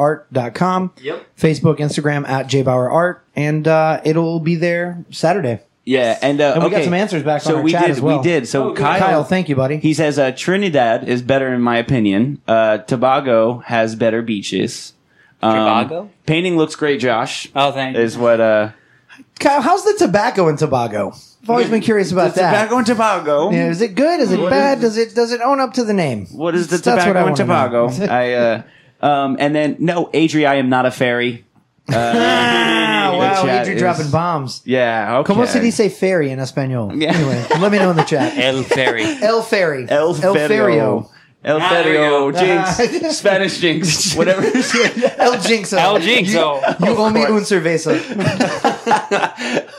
S4: jbauerart.com. Yep. Facebook, Instagram at jbauerart. And uh, it'll be there Saturday.
S3: yeah, and uh,
S4: And we got
S3: okay.
S4: some answers back
S3: So
S4: on our
S3: we
S4: chat
S3: did,
S4: as well. Oh,
S3: we did. So Kyle,
S4: Kyle, thank you, buddy.
S3: He says uh, Trinidad is better in my opinion. Uh, Tobago has better beaches. Um,
S5: Tobago?
S3: painting looks great, Josh.
S5: Oh, thank you.
S3: Is what uh,
S4: Kyle, how's the tobacco in Tobago? I've always been curious about that.
S3: tobacco and Tobago.
S4: Yeah, is it good? Is it bad? does it does it own up to the name?
S3: What is the
S4: That's what I
S3: tobacco and Tobago?
S4: wanna know.
S3: I uh, um, and then no, Adri, I am not a fairy. Uh,
S4: Ah,
S3: the
S4: wow,
S3: chat
S4: Andrew
S3: is-
S4: dropping bombs.
S3: Yeah, okay.
S4: Como se dice ferry in Espanol?
S3: Yeah.
S4: Anyway, let me know in the chat.
S5: El Ferry.
S4: El ferry.
S3: El
S4: ferrio.
S3: Ferio. El
S5: Ah, there we
S3: Ferio.
S5: go.
S3: Jinx. Spanish Jinx. Whatever.
S4: El Jinxo.
S5: El Jinxo.
S4: You, you owe me un cerveza.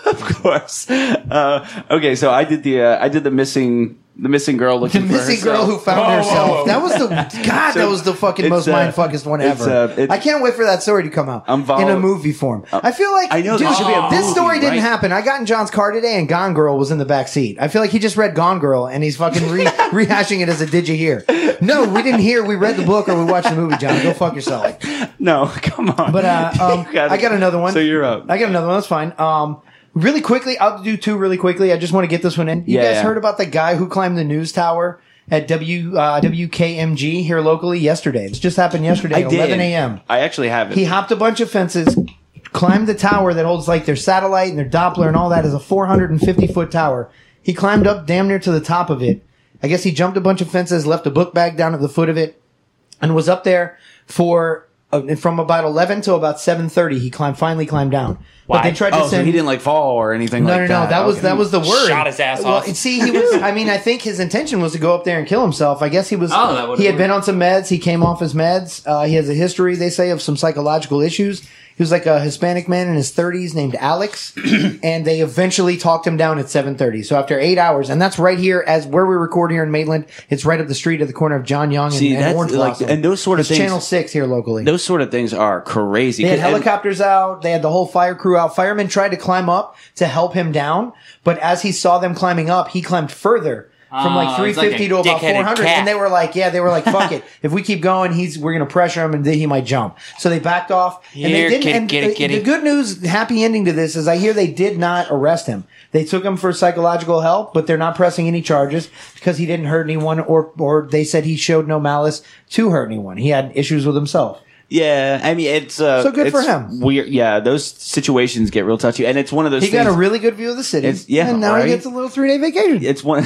S3: of course. Uh, okay, so I did the uh, I did the missing the missing girl
S4: The
S3: looking for
S4: missing girl
S3: herself.
S4: who found herself. That was the God. that was the fucking
S3: it's,
S4: most
S3: uh,
S4: mind fuckest one
S3: it's,
S4: ever.
S3: uh, it's-
S4: I can't wait for that story to come out
S3: I'm vol-
S4: in a movie form. I feel like
S3: I know, there
S4: dude,
S3: should be a
S4: this
S3: movie,
S4: story didn't
S3: right?
S4: happen. I got in John's car today, and Gone Girl was in the back seat. I feel like he just read Gone Girl, and he's fucking re- rehashing it as a did you hear? No, we didn't hear. We read the book or we watched the movie. John, go fuck yourself.
S3: No, come on.
S4: But uh, um,
S3: You gotta-
S4: I got another one.
S3: So you're up.
S4: I got another one. That's fine. Um, really quickly, I'll do two really quickly. I just want to get this one in. You
S3: Yeah,
S4: guys
S3: yeah.
S4: heard about the guy who climbed the news tower at W uh, WKMG here locally yesterday. This just happened yesterday
S3: I
S4: at
S3: did.
S4: 11 a.m.
S3: I actually haven't.
S4: He hopped a bunch of fences, climbed the tower that holds like their satellite and their Doppler and all that is a 450 foot tower. He climbed up damn near to the top of it. I guess he jumped a bunch of fences, left a book bag down at the foot of it, and was up there for uh, from about 11 to about 7:30. He climbed finally climbed down. But they tried to
S8: oh, so
S4: send
S8: he didn't like fall or anything
S4: no,
S8: like
S4: no,
S8: that.
S4: no. That was
S8: Okay.
S4: that was the word.
S5: Shot his ass
S4: well,
S5: off.
S4: See, he was. I mean, I think his intention was to go up there and kill himself. I guess he was.
S5: Oh, that would've
S4: he had
S5: worked.
S4: been on some meds. He came off his meds. Uh, he has a history, they say, of some psychological issues. He was like a Hispanic man in his 30s named Alex, and they eventually talked him down at 7:30. So after eight hours, and that's right here as where we record here in Maitland. It's right up the street at the corner of John Young and,
S8: See,
S4: and
S8: that's
S4: Orange
S8: like-
S4: Blossom.
S8: and those sort of
S4: It's
S8: things-
S4: Channel Six here locally.
S8: Those sort of things are crazy.
S4: They had
S8: 'Cause- and-
S4: helicopters out. They had the whole fire crew out. Firemen tried to climb up to help him down, but as he saw them climbing up, he climbed further from like
S5: Ah, it's
S4: 350 to
S5: like a
S4: about
S5: dickheaded
S4: 400.
S5: cat.
S4: And they were like, yeah, they were like, fuck it. If we keep going, he's, we're going to pressure him and then he might jump. So they backed off. and they
S5: Here,
S4: didn't.
S5: kitty,
S4: and
S5: kitty,
S4: the,
S5: kitty.
S4: the good news, happy ending to this is I hear they did not arrest him. They took him for psychological help, but they're not pressing any charges because he didn't hurt anyone or, or they said he showed no malice to hurt anyone. He had issues with himself.
S3: yeah, I mean it's uh,
S4: So good for
S3: it's
S4: him.
S3: Weird. Yeah, those situations get real touchy, and it's one of those.
S4: He
S3: things,
S4: got a really good view of the city.
S3: It's- yeah,
S4: and now
S3: right?
S4: he gets a little three day vacation.
S3: It's one.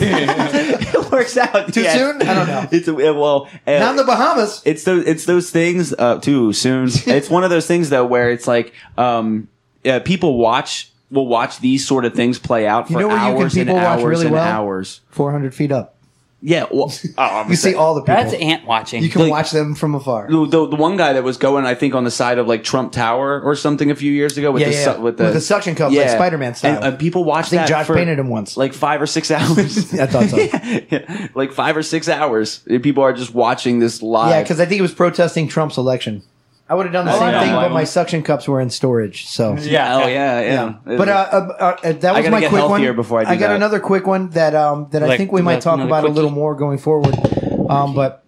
S3: it works out
S4: Too
S3: yeah.
S4: soon? I don't know.
S3: It's a, well. uh,
S4: Now in the Bahamas.
S3: it's those it's those things uh, too soon. it's one of those things though where it's like um, uh, people watch will watch these sort of things play out for
S4: You know where you can
S3: hours and
S4: people watch
S3: hours
S4: really
S3: and
S4: well?
S3: hours.
S4: 400 feet up.
S3: Yeah, well, oh, I'm
S4: You see
S3: saying-
S4: all the people.
S5: That's ant watching.
S4: you can
S3: like-
S4: watch them from afar.
S3: the, the the one guy that was going, I think, on the side of like Trump Tower or something a few years ago with
S4: Yeah,
S3: the
S4: yeah,
S3: su-
S4: yeah.
S3: With, the
S4: With the suction cup, like Spider-Man style.
S3: And, uh, people watch
S4: I think
S3: that.
S4: Josh
S3: for,
S4: painted him once.
S3: like five or six hours.
S4: I thought so.
S3: Yeah, like five or six hours. People are just watching this live.
S4: yeah, because I think it was protesting Trump's election. I would have done the
S3: Oh,
S4: same
S3: yeah.
S4: thing, but
S5: Well-
S4: my suction cups were in storage. So.
S3: yeah, oh yeah, yeah.
S4: But uh, uh, uh, that was
S3: gotta
S4: my
S3: get
S4: quick one.
S3: healthier before I do
S4: got
S3: that.
S4: another quick one that um, that I
S5: Like-
S4: think we might
S5: like
S4: talk
S5: another
S4: about a little
S5: quickie?
S4: more going forward. Um, but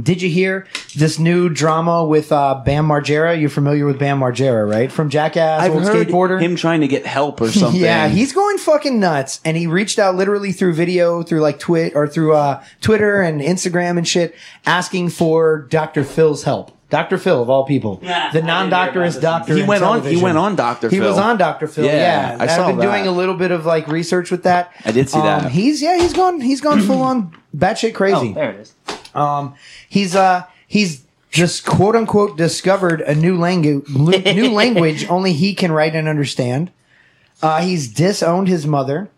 S4: did you hear this new drama with uh, Bam Margera? You're familiar with Bam Margera, right? From Jackass,
S3: I've
S4: old
S3: heard
S4: skateboarder.
S3: him trying to get help or something.
S4: Yeah, he's going fucking nuts, and he reached out literally through video, through like twit or through uh, Twitter and Instagram and shit, asking for Dr. Phil's help. Dr. Phil of all people,
S7: Yeah, I didn't
S4: the
S7: hear about
S4: non-doctorist
S7: this.
S4: doctor.
S3: he
S4: in
S3: went on. He
S4: television.
S3: went on Doctor.
S4: He was on Dr. Phil.
S3: Yeah,
S4: Yeah,
S3: I
S4: I've
S3: saw
S4: been
S3: that.
S4: doing a little bit of like research with that.
S3: I did see
S4: Um,
S3: that.
S4: He's yeah, he's gone. He's gone full on batshit crazy.
S5: Oh, there it is.
S4: Um, he's uh, he's just quote unquote discovered a new language, new language only he can write and understand. Uh, he's disowned his mother.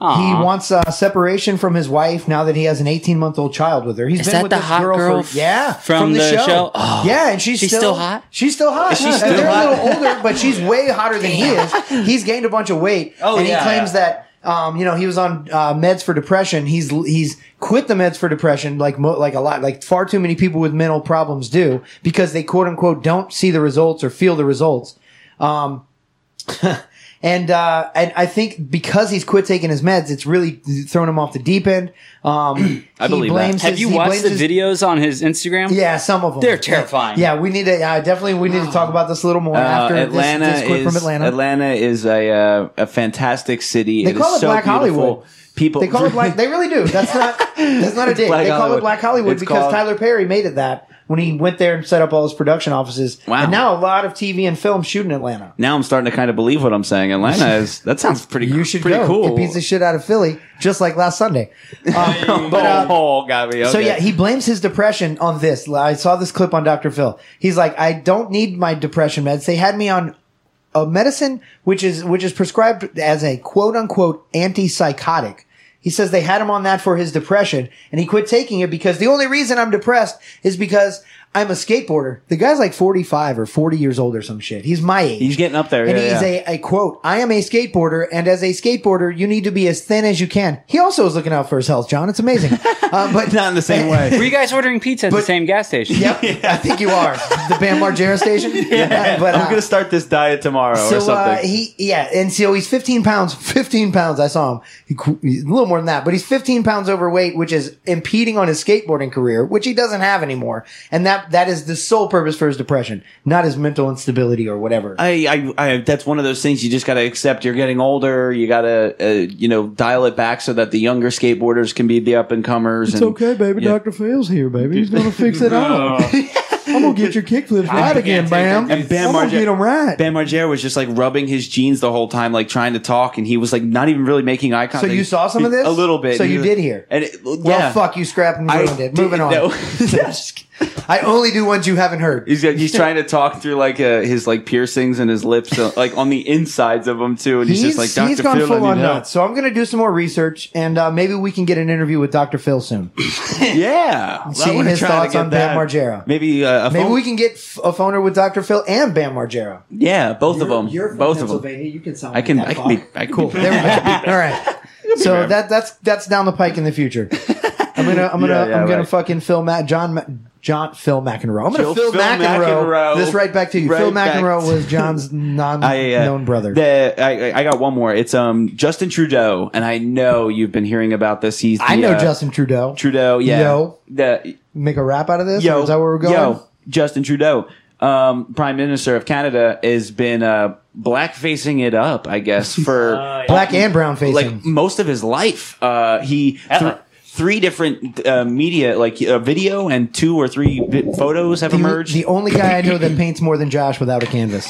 S4: He wants uh, separation from his wife now that he has an 18 month old child with her. He's
S5: that the
S4: this
S5: hot girl
S4: for, yeah
S5: from the show? Oh.
S4: yeah, and she's,
S5: She's
S4: still,
S5: still hot?
S4: She's still hot.
S3: she
S4: And
S3: still
S4: they're
S3: hot?
S4: a little older, but she's way hotter than he is. He's gained a bunch of weight,
S5: Oh,
S4: and
S5: yeah,
S4: he claims
S5: yeah.
S4: that. Um, you know, he was on uh, meds for depression. He's he's quit the meds for depression, like mo- like a lot, like far too many people with mental problems do, because they quote unquote don't see the results or feel the results. Um, and uh, and I think because he's quit taking his meds, it's really thrown him off the deep end. Um,
S3: I
S4: he
S3: believe that.
S4: blames
S5: Have
S4: his-
S5: you
S4: he
S5: watched
S4: blames
S5: the
S4: his-
S5: videos on his Instagram?
S4: yeah, some of them.
S5: They're terrifying.
S4: Yeah, we need to uh, definitely we need to talk about this a little more
S3: Uh,
S4: after this-
S3: Atlanta
S4: this, quit
S3: is
S4: from Atlanta.
S3: is a uh, a fantastic city.
S4: They
S3: It
S4: call
S3: is
S4: it
S3: so
S4: Black
S3: beautiful.
S4: Hollywood.
S3: People
S4: They call it black. They really do. That's not. That's not a dig.
S3: Black
S4: they call
S3: Hollywood.
S4: it Black Hollywood
S3: It's
S4: because
S3: called-
S4: Tyler Perry made it that when he went there and set up all his production offices.
S3: Wow.
S4: And now a lot of TV and film shoot in Atlanta.
S3: now I'm starting to kind of believe what I'm saying. Atlanta is that sounds pretty.
S4: You should
S3: pretty
S4: go.
S3: cool.
S4: It beats the shit out of Philly, just like last Sunday. Um, but, uh,
S3: oh, got me.
S4: So
S3: okay.
S4: yeah, he blames his depression on this. I saw this clip on Dr. Phil. He's like, I don't need my depression meds. They had me on a medicine which is which is prescribed as a quote unquote antipsychotic. He says they had him on that for his depression, and he quit taking it because the only reason I'm depressed is because I'm a skateboarder. The guy's like 45 or 40 years old or some shit. He's my age.
S3: He's getting up there.
S4: And
S3: yeah,
S4: he's
S3: yeah.
S4: A, a quote, I am a skateboarder, and as a skateboarder, you need to be as thin as you can. He also is looking out for his health, John. It's amazing. Uh, but
S3: not in the same
S5: Were
S3: way.
S5: you guys ordering pizza at the same gas station?
S4: Yep, I think you are the Bam Margera station. Yeah, but
S3: I'm
S4: uh,
S3: gonna start this diet tomorrow or
S4: so uh,
S3: something.
S4: he yeah, and so he's 15 pounds. 15 pounds. I saw him. He qu- he's a little more than that, but he's 15 pounds overweight, which is impeding on his skateboarding career, which he doesn't have anymore. And that that that is the sole purpose for his depression, not his mental instability or whatever.
S3: I, I, I, that's one of those things you just got to accept. You're getting older. You got to, uh, you know, dial it back so that the younger skateboarders can be the up and comers.
S4: it's okay, baby.
S3: Yeah.
S4: Doctor Phil's here, baby. He's gonna fix it all.
S3: Oh.
S4: I'm gonna get your kickflips right again, Bam.
S3: And Bam
S4: I'm gonna
S3: Margera-
S4: get 'em right.
S3: Ben Margera was just like rubbing his jeans the whole time, like trying to talk, and he was like not even really making eye contact.
S4: So you saw some of this?
S3: A little bit.
S4: So
S3: And
S4: you
S3: he was-
S4: did hear.
S3: And it, well,
S4: Well,
S3: yeah.
S4: fuck you, scrap and
S3: I
S4: ruined it. Moving
S3: didn't
S4: on.
S3: know.
S4: I only do ones you haven't heard.
S3: He's, he's trying to talk through like uh, his like piercings and his lips, uh, like on the insides of him too, and he's, just like
S4: he's
S3: Doctor
S4: gone
S3: Phil.
S4: full
S3: I
S4: on
S3: need help."
S4: nuts. So I'm going to do some more research, and uh, maybe we can get an interview with Dr. Phil soon.
S3: Yeah, I
S4: Seeing
S3: wanna
S4: his
S3: try to
S4: thoughts
S3: get
S4: on
S3: that.
S4: Bam Margera.
S3: Maybe uh, a
S4: Maybe
S3: phone-
S4: we can get f- a phoner with Dr. Phil and Bam Margera.
S3: Yeah, both of
S4: You're-
S3: them.
S4: You're from
S3: both of them.
S4: Pennsylvania. You can sound.
S3: I can.
S4: Like
S3: I
S4: that
S3: can be.
S4: fuck.
S3: I can cool.
S4: There we go. All right. So that that's that's down the pike in the future. I'm gonna I'm gonna
S3: Yeah, yeah,
S4: I'm gonna
S3: right.
S4: fucking Phil Matt John Ma- John Phil McEnroe. I'm gonna
S3: Phil-
S4: Phil,
S3: Phil
S4: McEnroe,
S3: McEnroe.
S4: This right back to you.
S3: Right
S4: Phil
S3: back
S4: McEnroe
S3: to-
S4: was John's non
S3: I, uh,
S4: known brother.
S3: The, I, I- I got one more. It's um Justin Trudeau, and I know you've been hearing about this. He's
S4: I
S3: the,
S4: know
S3: uh,
S4: Justin Trudeau.
S3: Trudeau. Yeah,
S4: Yo.
S3: the
S4: Make a rap out of this.
S3: yo
S4: or is that where we're going?
S3: Yo, Justin Trudeau, um, Prime Minister of Canada, has been uh blackfacing it up, I guess, for
S4: Black and brown facing.
S3: like most of his life. Uh, he th- three different uh, media, like uh, video, and two or three vi- photos have
S4: the,
S3: emerged.
S4: the only guy I know that paints more than Josh without a canvas.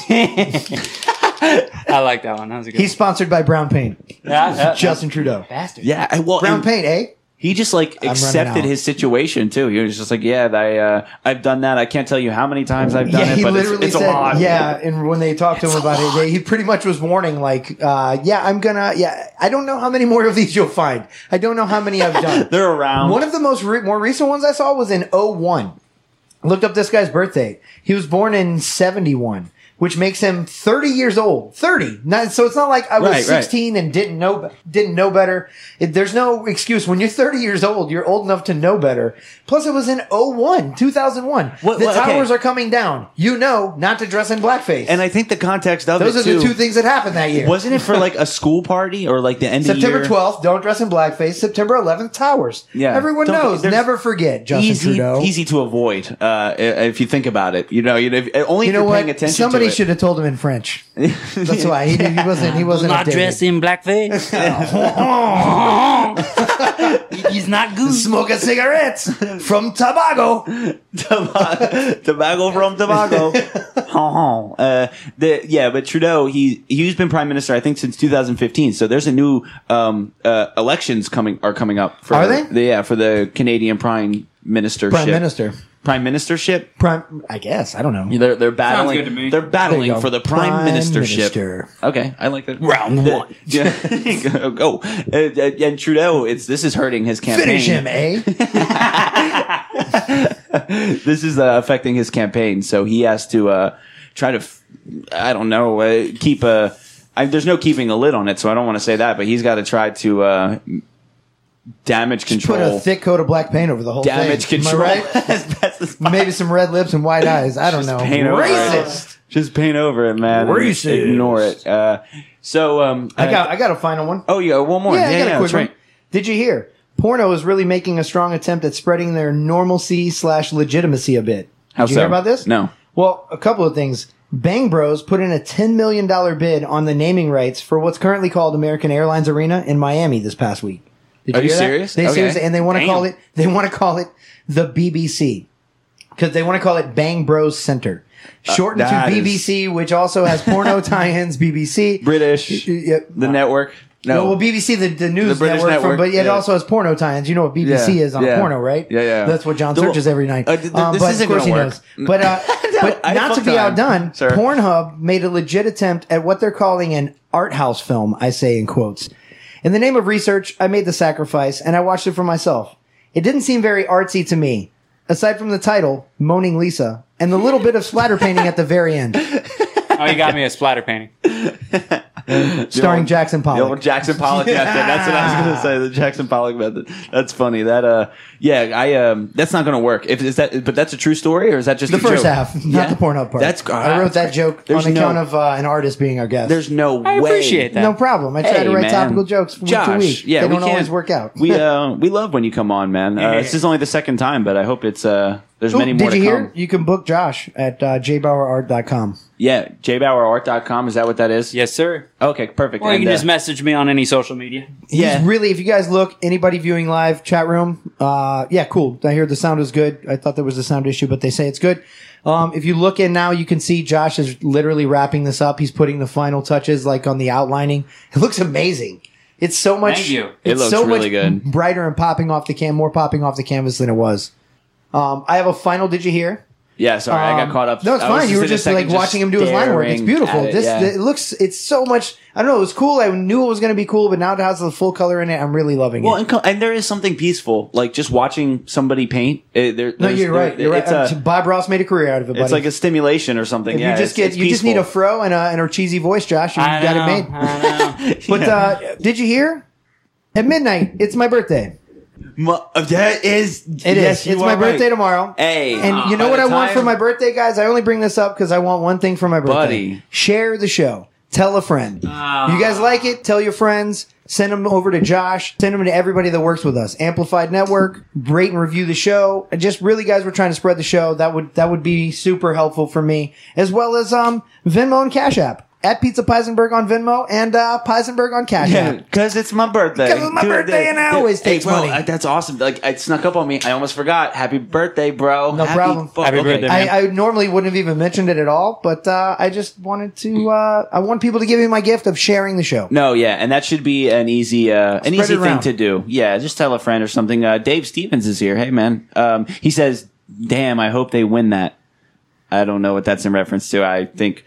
S5: I like that one. That was a good.
S4: He's sponsored by Brown
S3: Uh-huh.
S4: Paint.
S5: one. Yeah, yeah.
S4: Justin Trudeau.
S5: bastard.
S3: yeah, I- well,
S4: Brown
S3: and-
S4: Paint, eh?
S3: He just like
S4: running
S3: accepted
S4: out.
S3: his situation too. He was just like, "Yeah, I uh, I've done that. I can't tell you how many times I've done
S4: yeah,
S3: it,
S4: he
S3: but it's,
S4: literally
S3: it's
S4: said,
S3: a lot."
S4: yeah. And when they talked to him about it, they, he pretty much was warning, like, uh, yeah, I'm gonna, yeah, I don't know how many more of these you'll find. I don't know how many I've done.
S3: they're around.
S4: One of the most re- more recent ones I saw was in 01. Looked up this guy's birthday. He was born in 71, which makes him 30 years old. 30. Not, so it's not like I was
S3: Right, right.
S4: 16 and didn't know be- didn't know better. It- there's no excuse when you're 30 years old, you're old enough to know better. Plus it was in 01, 2001.
S3: What-
S4: the
S3: what- okay.
S4: towers are coming down. You know not to dress in blackface.
S3: and I think the context of
S4: those
S3: it
S4: are the
S3: too-
S4: two things that happened that year.
S3: Wasn't it for like a school party or like the end
S4: September
S3: of the year?
S4: 12th, don't dress in blackface. September 11th, towers.
S3: Yeah.
S4: Everyone
S3: Don't-
S4: knows.
S3: there's-
S4: Never forget Justin
S3: easy,
S4: Trudeau.
S3: easy to avoid uh, if you think about it. You know, you know, if, uh, only
S4: you
S3: if you're
S4: know
S3: paying
S4: what?
S3: attention.
S4: Somebody
S3: to it.
S4: should have told him in French. That's why he, he wasn't. He wasn't
S5: not
S4: updated.
S5: dressed in blackface. He's not good.
S4: Smoking cigarettes from Tobago.
S3: Tobago, Tobago from Tobago. Ho, ho. uh, the, yeah, but Trudeau, he he's been prime minister, I think, since 2015. So there's a new um, uh, elections coming are coming up. For,
S4: Are they?
S3: The, yeah, for the Canadian prime ministership.
S4: Prime minister.
S3: Prime ministership.
S4: Prime. I guess I don't know.
S3: They're they're battling.
S5: good to me.
S3: They're
S4: There you
S3: battling
S4: go.
S3: for the prime, ministership.
S4: minister.
S3: Okay, I like that. Round one. Yeah. oh, uh, uh, and Trudeau, it's this is hurting his campaign.
S4: Finish him, eh?
S3: this is uh, affecting his campaign, so he has to uh, try to, f- I don't know, uh, keep a. I, there's no keeping a lid on it, so I don't want to say that, but he's got to try to uh, damage control.
S4: Put a thick coat of black paint over the whole
S3: damage
S4: thing. Am I
S3: control
S4: right?
S3: as best as possible.
S4: Maybe some red lips and white eyes. I don't know.
S3: Paint over it.
S4: Racist.
S3: Just paint over it, man. and
S4: Racist.
S3: Ignore it. Uh, so um,
S4: I got. I got a final one.
S3: Oh, yeah, one more.
S4: Yeah, I got a quick
S3: that's
S4: one.
S3: right.
S4: Did you hear? Porno is really making a strong attempt at spreading their normalcy slash legitimacy a bit. Did
S3: How
S4: you
S3: so?
S4: hear about this?
S3: No.
S4: Well, a couple of things. Bang Bros put in a $10 million bid on the naming rights for what's currently called American Airlines Arena in Miami this past week. Did
S3: Are you
S4: hear that?
S3: serious?
S4: They
S3: Okay.
S4: seriously, and they want to
S3: Damn.
S4: call it, they want to call it the BBC because they want to call it Bang Bros Center. Shortened to
S3: Uh, that is-
S4: BBC, which also has porno tie-ins, BBC.
S3: British,
S4: Yeah.
S3: the network.
S4: No,
S3: No.
S4: well, BBC the, the news
S3: The British
S4: network, from,
S3: network,
S4: but it
S3: yeah.
S4: also has porno tie-ins. You know what BBC
S3: Yeah,
S4: is on
S3: yeah.
S4: porno, right?
S3: Yeah, yeah.
S4: That's what John
S3: The-
S4: searches every night.
S3: Uh, th- th-
S4: Um,
S3: this
S4: but
S3: isn't
S4: of course he
S3: gonna
S4: knows. But uh, but
S3: I
S4: not to
S3: fucked
S4: be
S3: on,
S4: outdone,
S3: sir.
S4: Pornhub made a legit attempt at what they're calling an art house film. I say in quotes. In the name of research, I made the sacrifice and I watched it for myself. It didn't seem very artsy to me, aside from the title, "Moaning Lisa," and the little bit of splatter painting at the very end,
S5: Oh, you got me a splatter painting.
S4: starring Jackson
S3: The old
S4: Pollock.
S3: Jackson Pollock method. That's what I was going to say. The Jackson Pollock method. That's funny. That uh, yeah, I um, that's not going to work. If is that, but that's a true story, or is that just
S4: The
S3: a
S4: first
S3: joke?
S4: half, not
S3: Yeah.
S4: the Pornhub part.
S3: That's
S4: I wrote that joke
S3: There's
S4: on
S3: no-
S4: account of uh, an artist being our guest.
S3: There's no
S5: I
S3: way.
S5: appreciate that.
S4: no problem. I try
S3: Hey,
S4: to write
S3: man.
S4: topical jokes from
S3: Josh,
S4: week to week.
S3: Yeah,
S4: they
S3: we
S4: don't
S3: can't-
S4: always work out.
S3: we uh, we love when you come on, man. Uh, this is only the second time, but I hope it's uh, There's
S4: Ooh,
S3: many more
S4: did
S3: to
S4: you
S3: come.
S4: hear? You can book Josh at uh, jbauerart.com.
S3: Yeah, jbauerart.com. Is that what that is?
S5: Yes, sir.
S3: Okay, perfect.
S5: Or you
S3: And,
S5: can
S3: uh,
S5: just message me on any social media.
S3: yeah.
S4: He's really, if you guys look, anybody viewing live chat room, uh, yeah, cool. I hear the sound is good. I thought there was a sound issue, but they say it's good. Um, if you look in now, you can see Josh is literally wrapping this up. He's putting the final touches, like on the outlining. It looks amazing. It's so much.
S5: Thank you.
S3: It
S4: it's
S3: looks
S4: so
S3: really
S4: much
S3: good.
S4: Brighter and popping off the can, more popping off the canvas than it was. Um, I have a final. Did you hear?
S3: yeah, sorry, I got
S4: Um,
S3: caught up.
S4: No, it's
S3: I was
S4: fine. You were
S3: in a
S4: just
S3: second
S4: like watching him do his line work. It's
S3: staring
S4: beautiful.
S3: at it,
S4: this
S3: yeah.
S4: it looks. It's so much. I don't know. It was cool. I knew it was going to be cool, but now it has the full color in it. I'm really loving
S3: well,
S4: it.
S3: and, co- and there is something peaceful, like just watching somebody paint. It, there,
S4: No,
S3: there's-
S4: you're right.
S3: there-
S4: You're right.
S3: it's
S4: Uh,
S3: a-
S4: Bob Ross made a career out of it. Buddy.
S3: It's like a stimulation or something.
S4: If
S3: yeah,
S4: you just
S3: it's-
S4: get
S3: it's
S4: you just need a
S3: peaceful.
S4: fro and a and a cheesy voice, Josh. You
S5: I
S4: got
S5: know,
S4: it made.
S5: I know.
S4: But uh, did you hear? At midnight, it's my birthday.
S3: Mu- that is
S4: It is. It's my birthday tomorrow.
S3: Hey, uh,
S4: And you
S3: Ah, by
S4: know what
S3: the
S4: I want for
S3: time-
S4: my birthday, guys? I only bring this up because I want one thing for my birthday.
S3: Buddy. Ah.
S4: Share the show. Tell a friend. You guys like it? Tell your friends. Send them over to Josh. Send them to everybody that works with us. Amplified Network. Rate and review the show. And Just really, guys, we're trying to spread the show. That would that would be super helpful for me, as well as um Venmo and Cash App at Pizza Peisenberg on Venmo and uh, Peisenberg on Cash App.
S3: because it's my birthday.
S4: 'Cause it's my
S3: Dude,
S4: birthday
S3: that-
S4: and I
S3: that-
S4: always take
S3: bro,
S4: money.
S3: uh, That's awesome. Like it snuck up on me. I almost forgot. Happy birthday, bro.
S4: No
S3: Happy
S4: problem.
S3: fu-
S5: Happy
S3: okay.
S5: birthday, man.
S4: I, I normally wouldn't have even mentioned it at all, but uh, I just wanted to. Uh, I want people to give me my gift of sharing the show.
S3: No, yeah, and that should be an easy, uh, an
S4: Spread
S3: easy
S4: it
S3: thing
S4: around.
S3: to do. Yeah, just tell a friend or something. Uh, Dave Stevens is here. Hey, man. Um, he says, "Damn, I hope they win that." I don't know what that's in reference to. I think.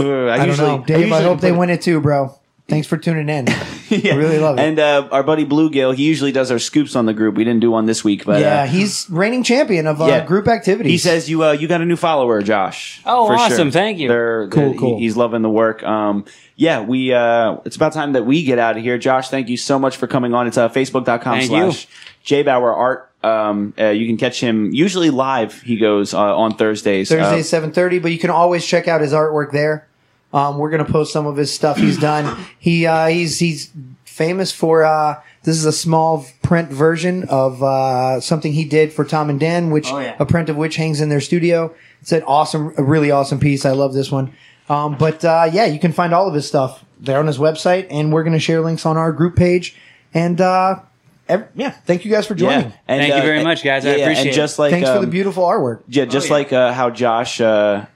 S3: uh, I,
S4: I,
S3: usually,
S4: don't know, Dave. I,
S3: usually
S4: hope they
S3: put-
S4: win it too, bro. Thanks for tuning in. I really love it.
S3: And uh, our buddy Bluegill, he usually does our scoops on the group. We didn't do one this week, but
S4: yeah,
S3: uh,
S4: he's reigning champion of uh,
S3: yeah.
S4: group activities.
S3: He says you uh, you got a new follower, Josh.
S5: Oh,
S3: For
S5: awesome. Thank you.
S3: They're,
S4: Cool,
S3: they're- he-
S4: cool.
S3: he's loving the work. Um, yeah, we. Uh, it's about time that we get out of here, Josh. Thank you so much for coming on. It's uh, Facebook.com
S5: Thank
S3: slash jbauerart. Um, uh, you can catch him usually live. He goes uh, on Thursdays. Uh,
S4: Thursday seven thirty, but you can always check out his artwork there. Um, we're gonna post some of his stuff he's done. he uh, he's he's famous for uh, this is a small print version of uh, something he did for Tom and Dan, which
S5: Oh, yeah.
S4: a print of which hangs in their studio. It's an awesome, a really awesome piece. I love this one. Um, but uh, yeah, you can find all of his stuff there on his website, and we're gonna share links on our group page. And uh, ev- yeah, thank you guys for joining.
S3: yeah, and,
S5: Thank you very
S3: and-
S5: much, guys. I
S3: yeah, yeah,
S5: appreciate
S3: and
S5: it.
S3: just like
S4: Thanks for
S3: um,
S4: the beautiful artwork.
S3: Yeah, just like uh, how Josh uh,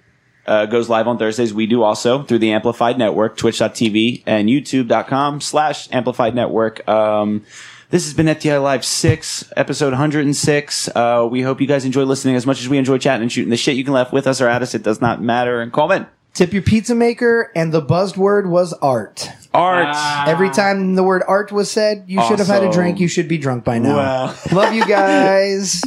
S3: uh, goes live on Thursdays, we do also through the Amplified Network, twitch.tv and youtube.com slash Amplified Network. Um, this has been FTI Live 6, episode 106. Uh, we hope you guys enjoy listening as much as we enjoy chatting and shooting the shit. You can laugh with us or at us. It does not matter. And comment.
S4: Tip your pizza maker, and the buzzed word was art.
S3: Art.
S4: Every time the word art was said, you should have had a
S3: Awesome.
S4: drink. You should be drunk by now.
S3: Wow.
S4: Love you guys.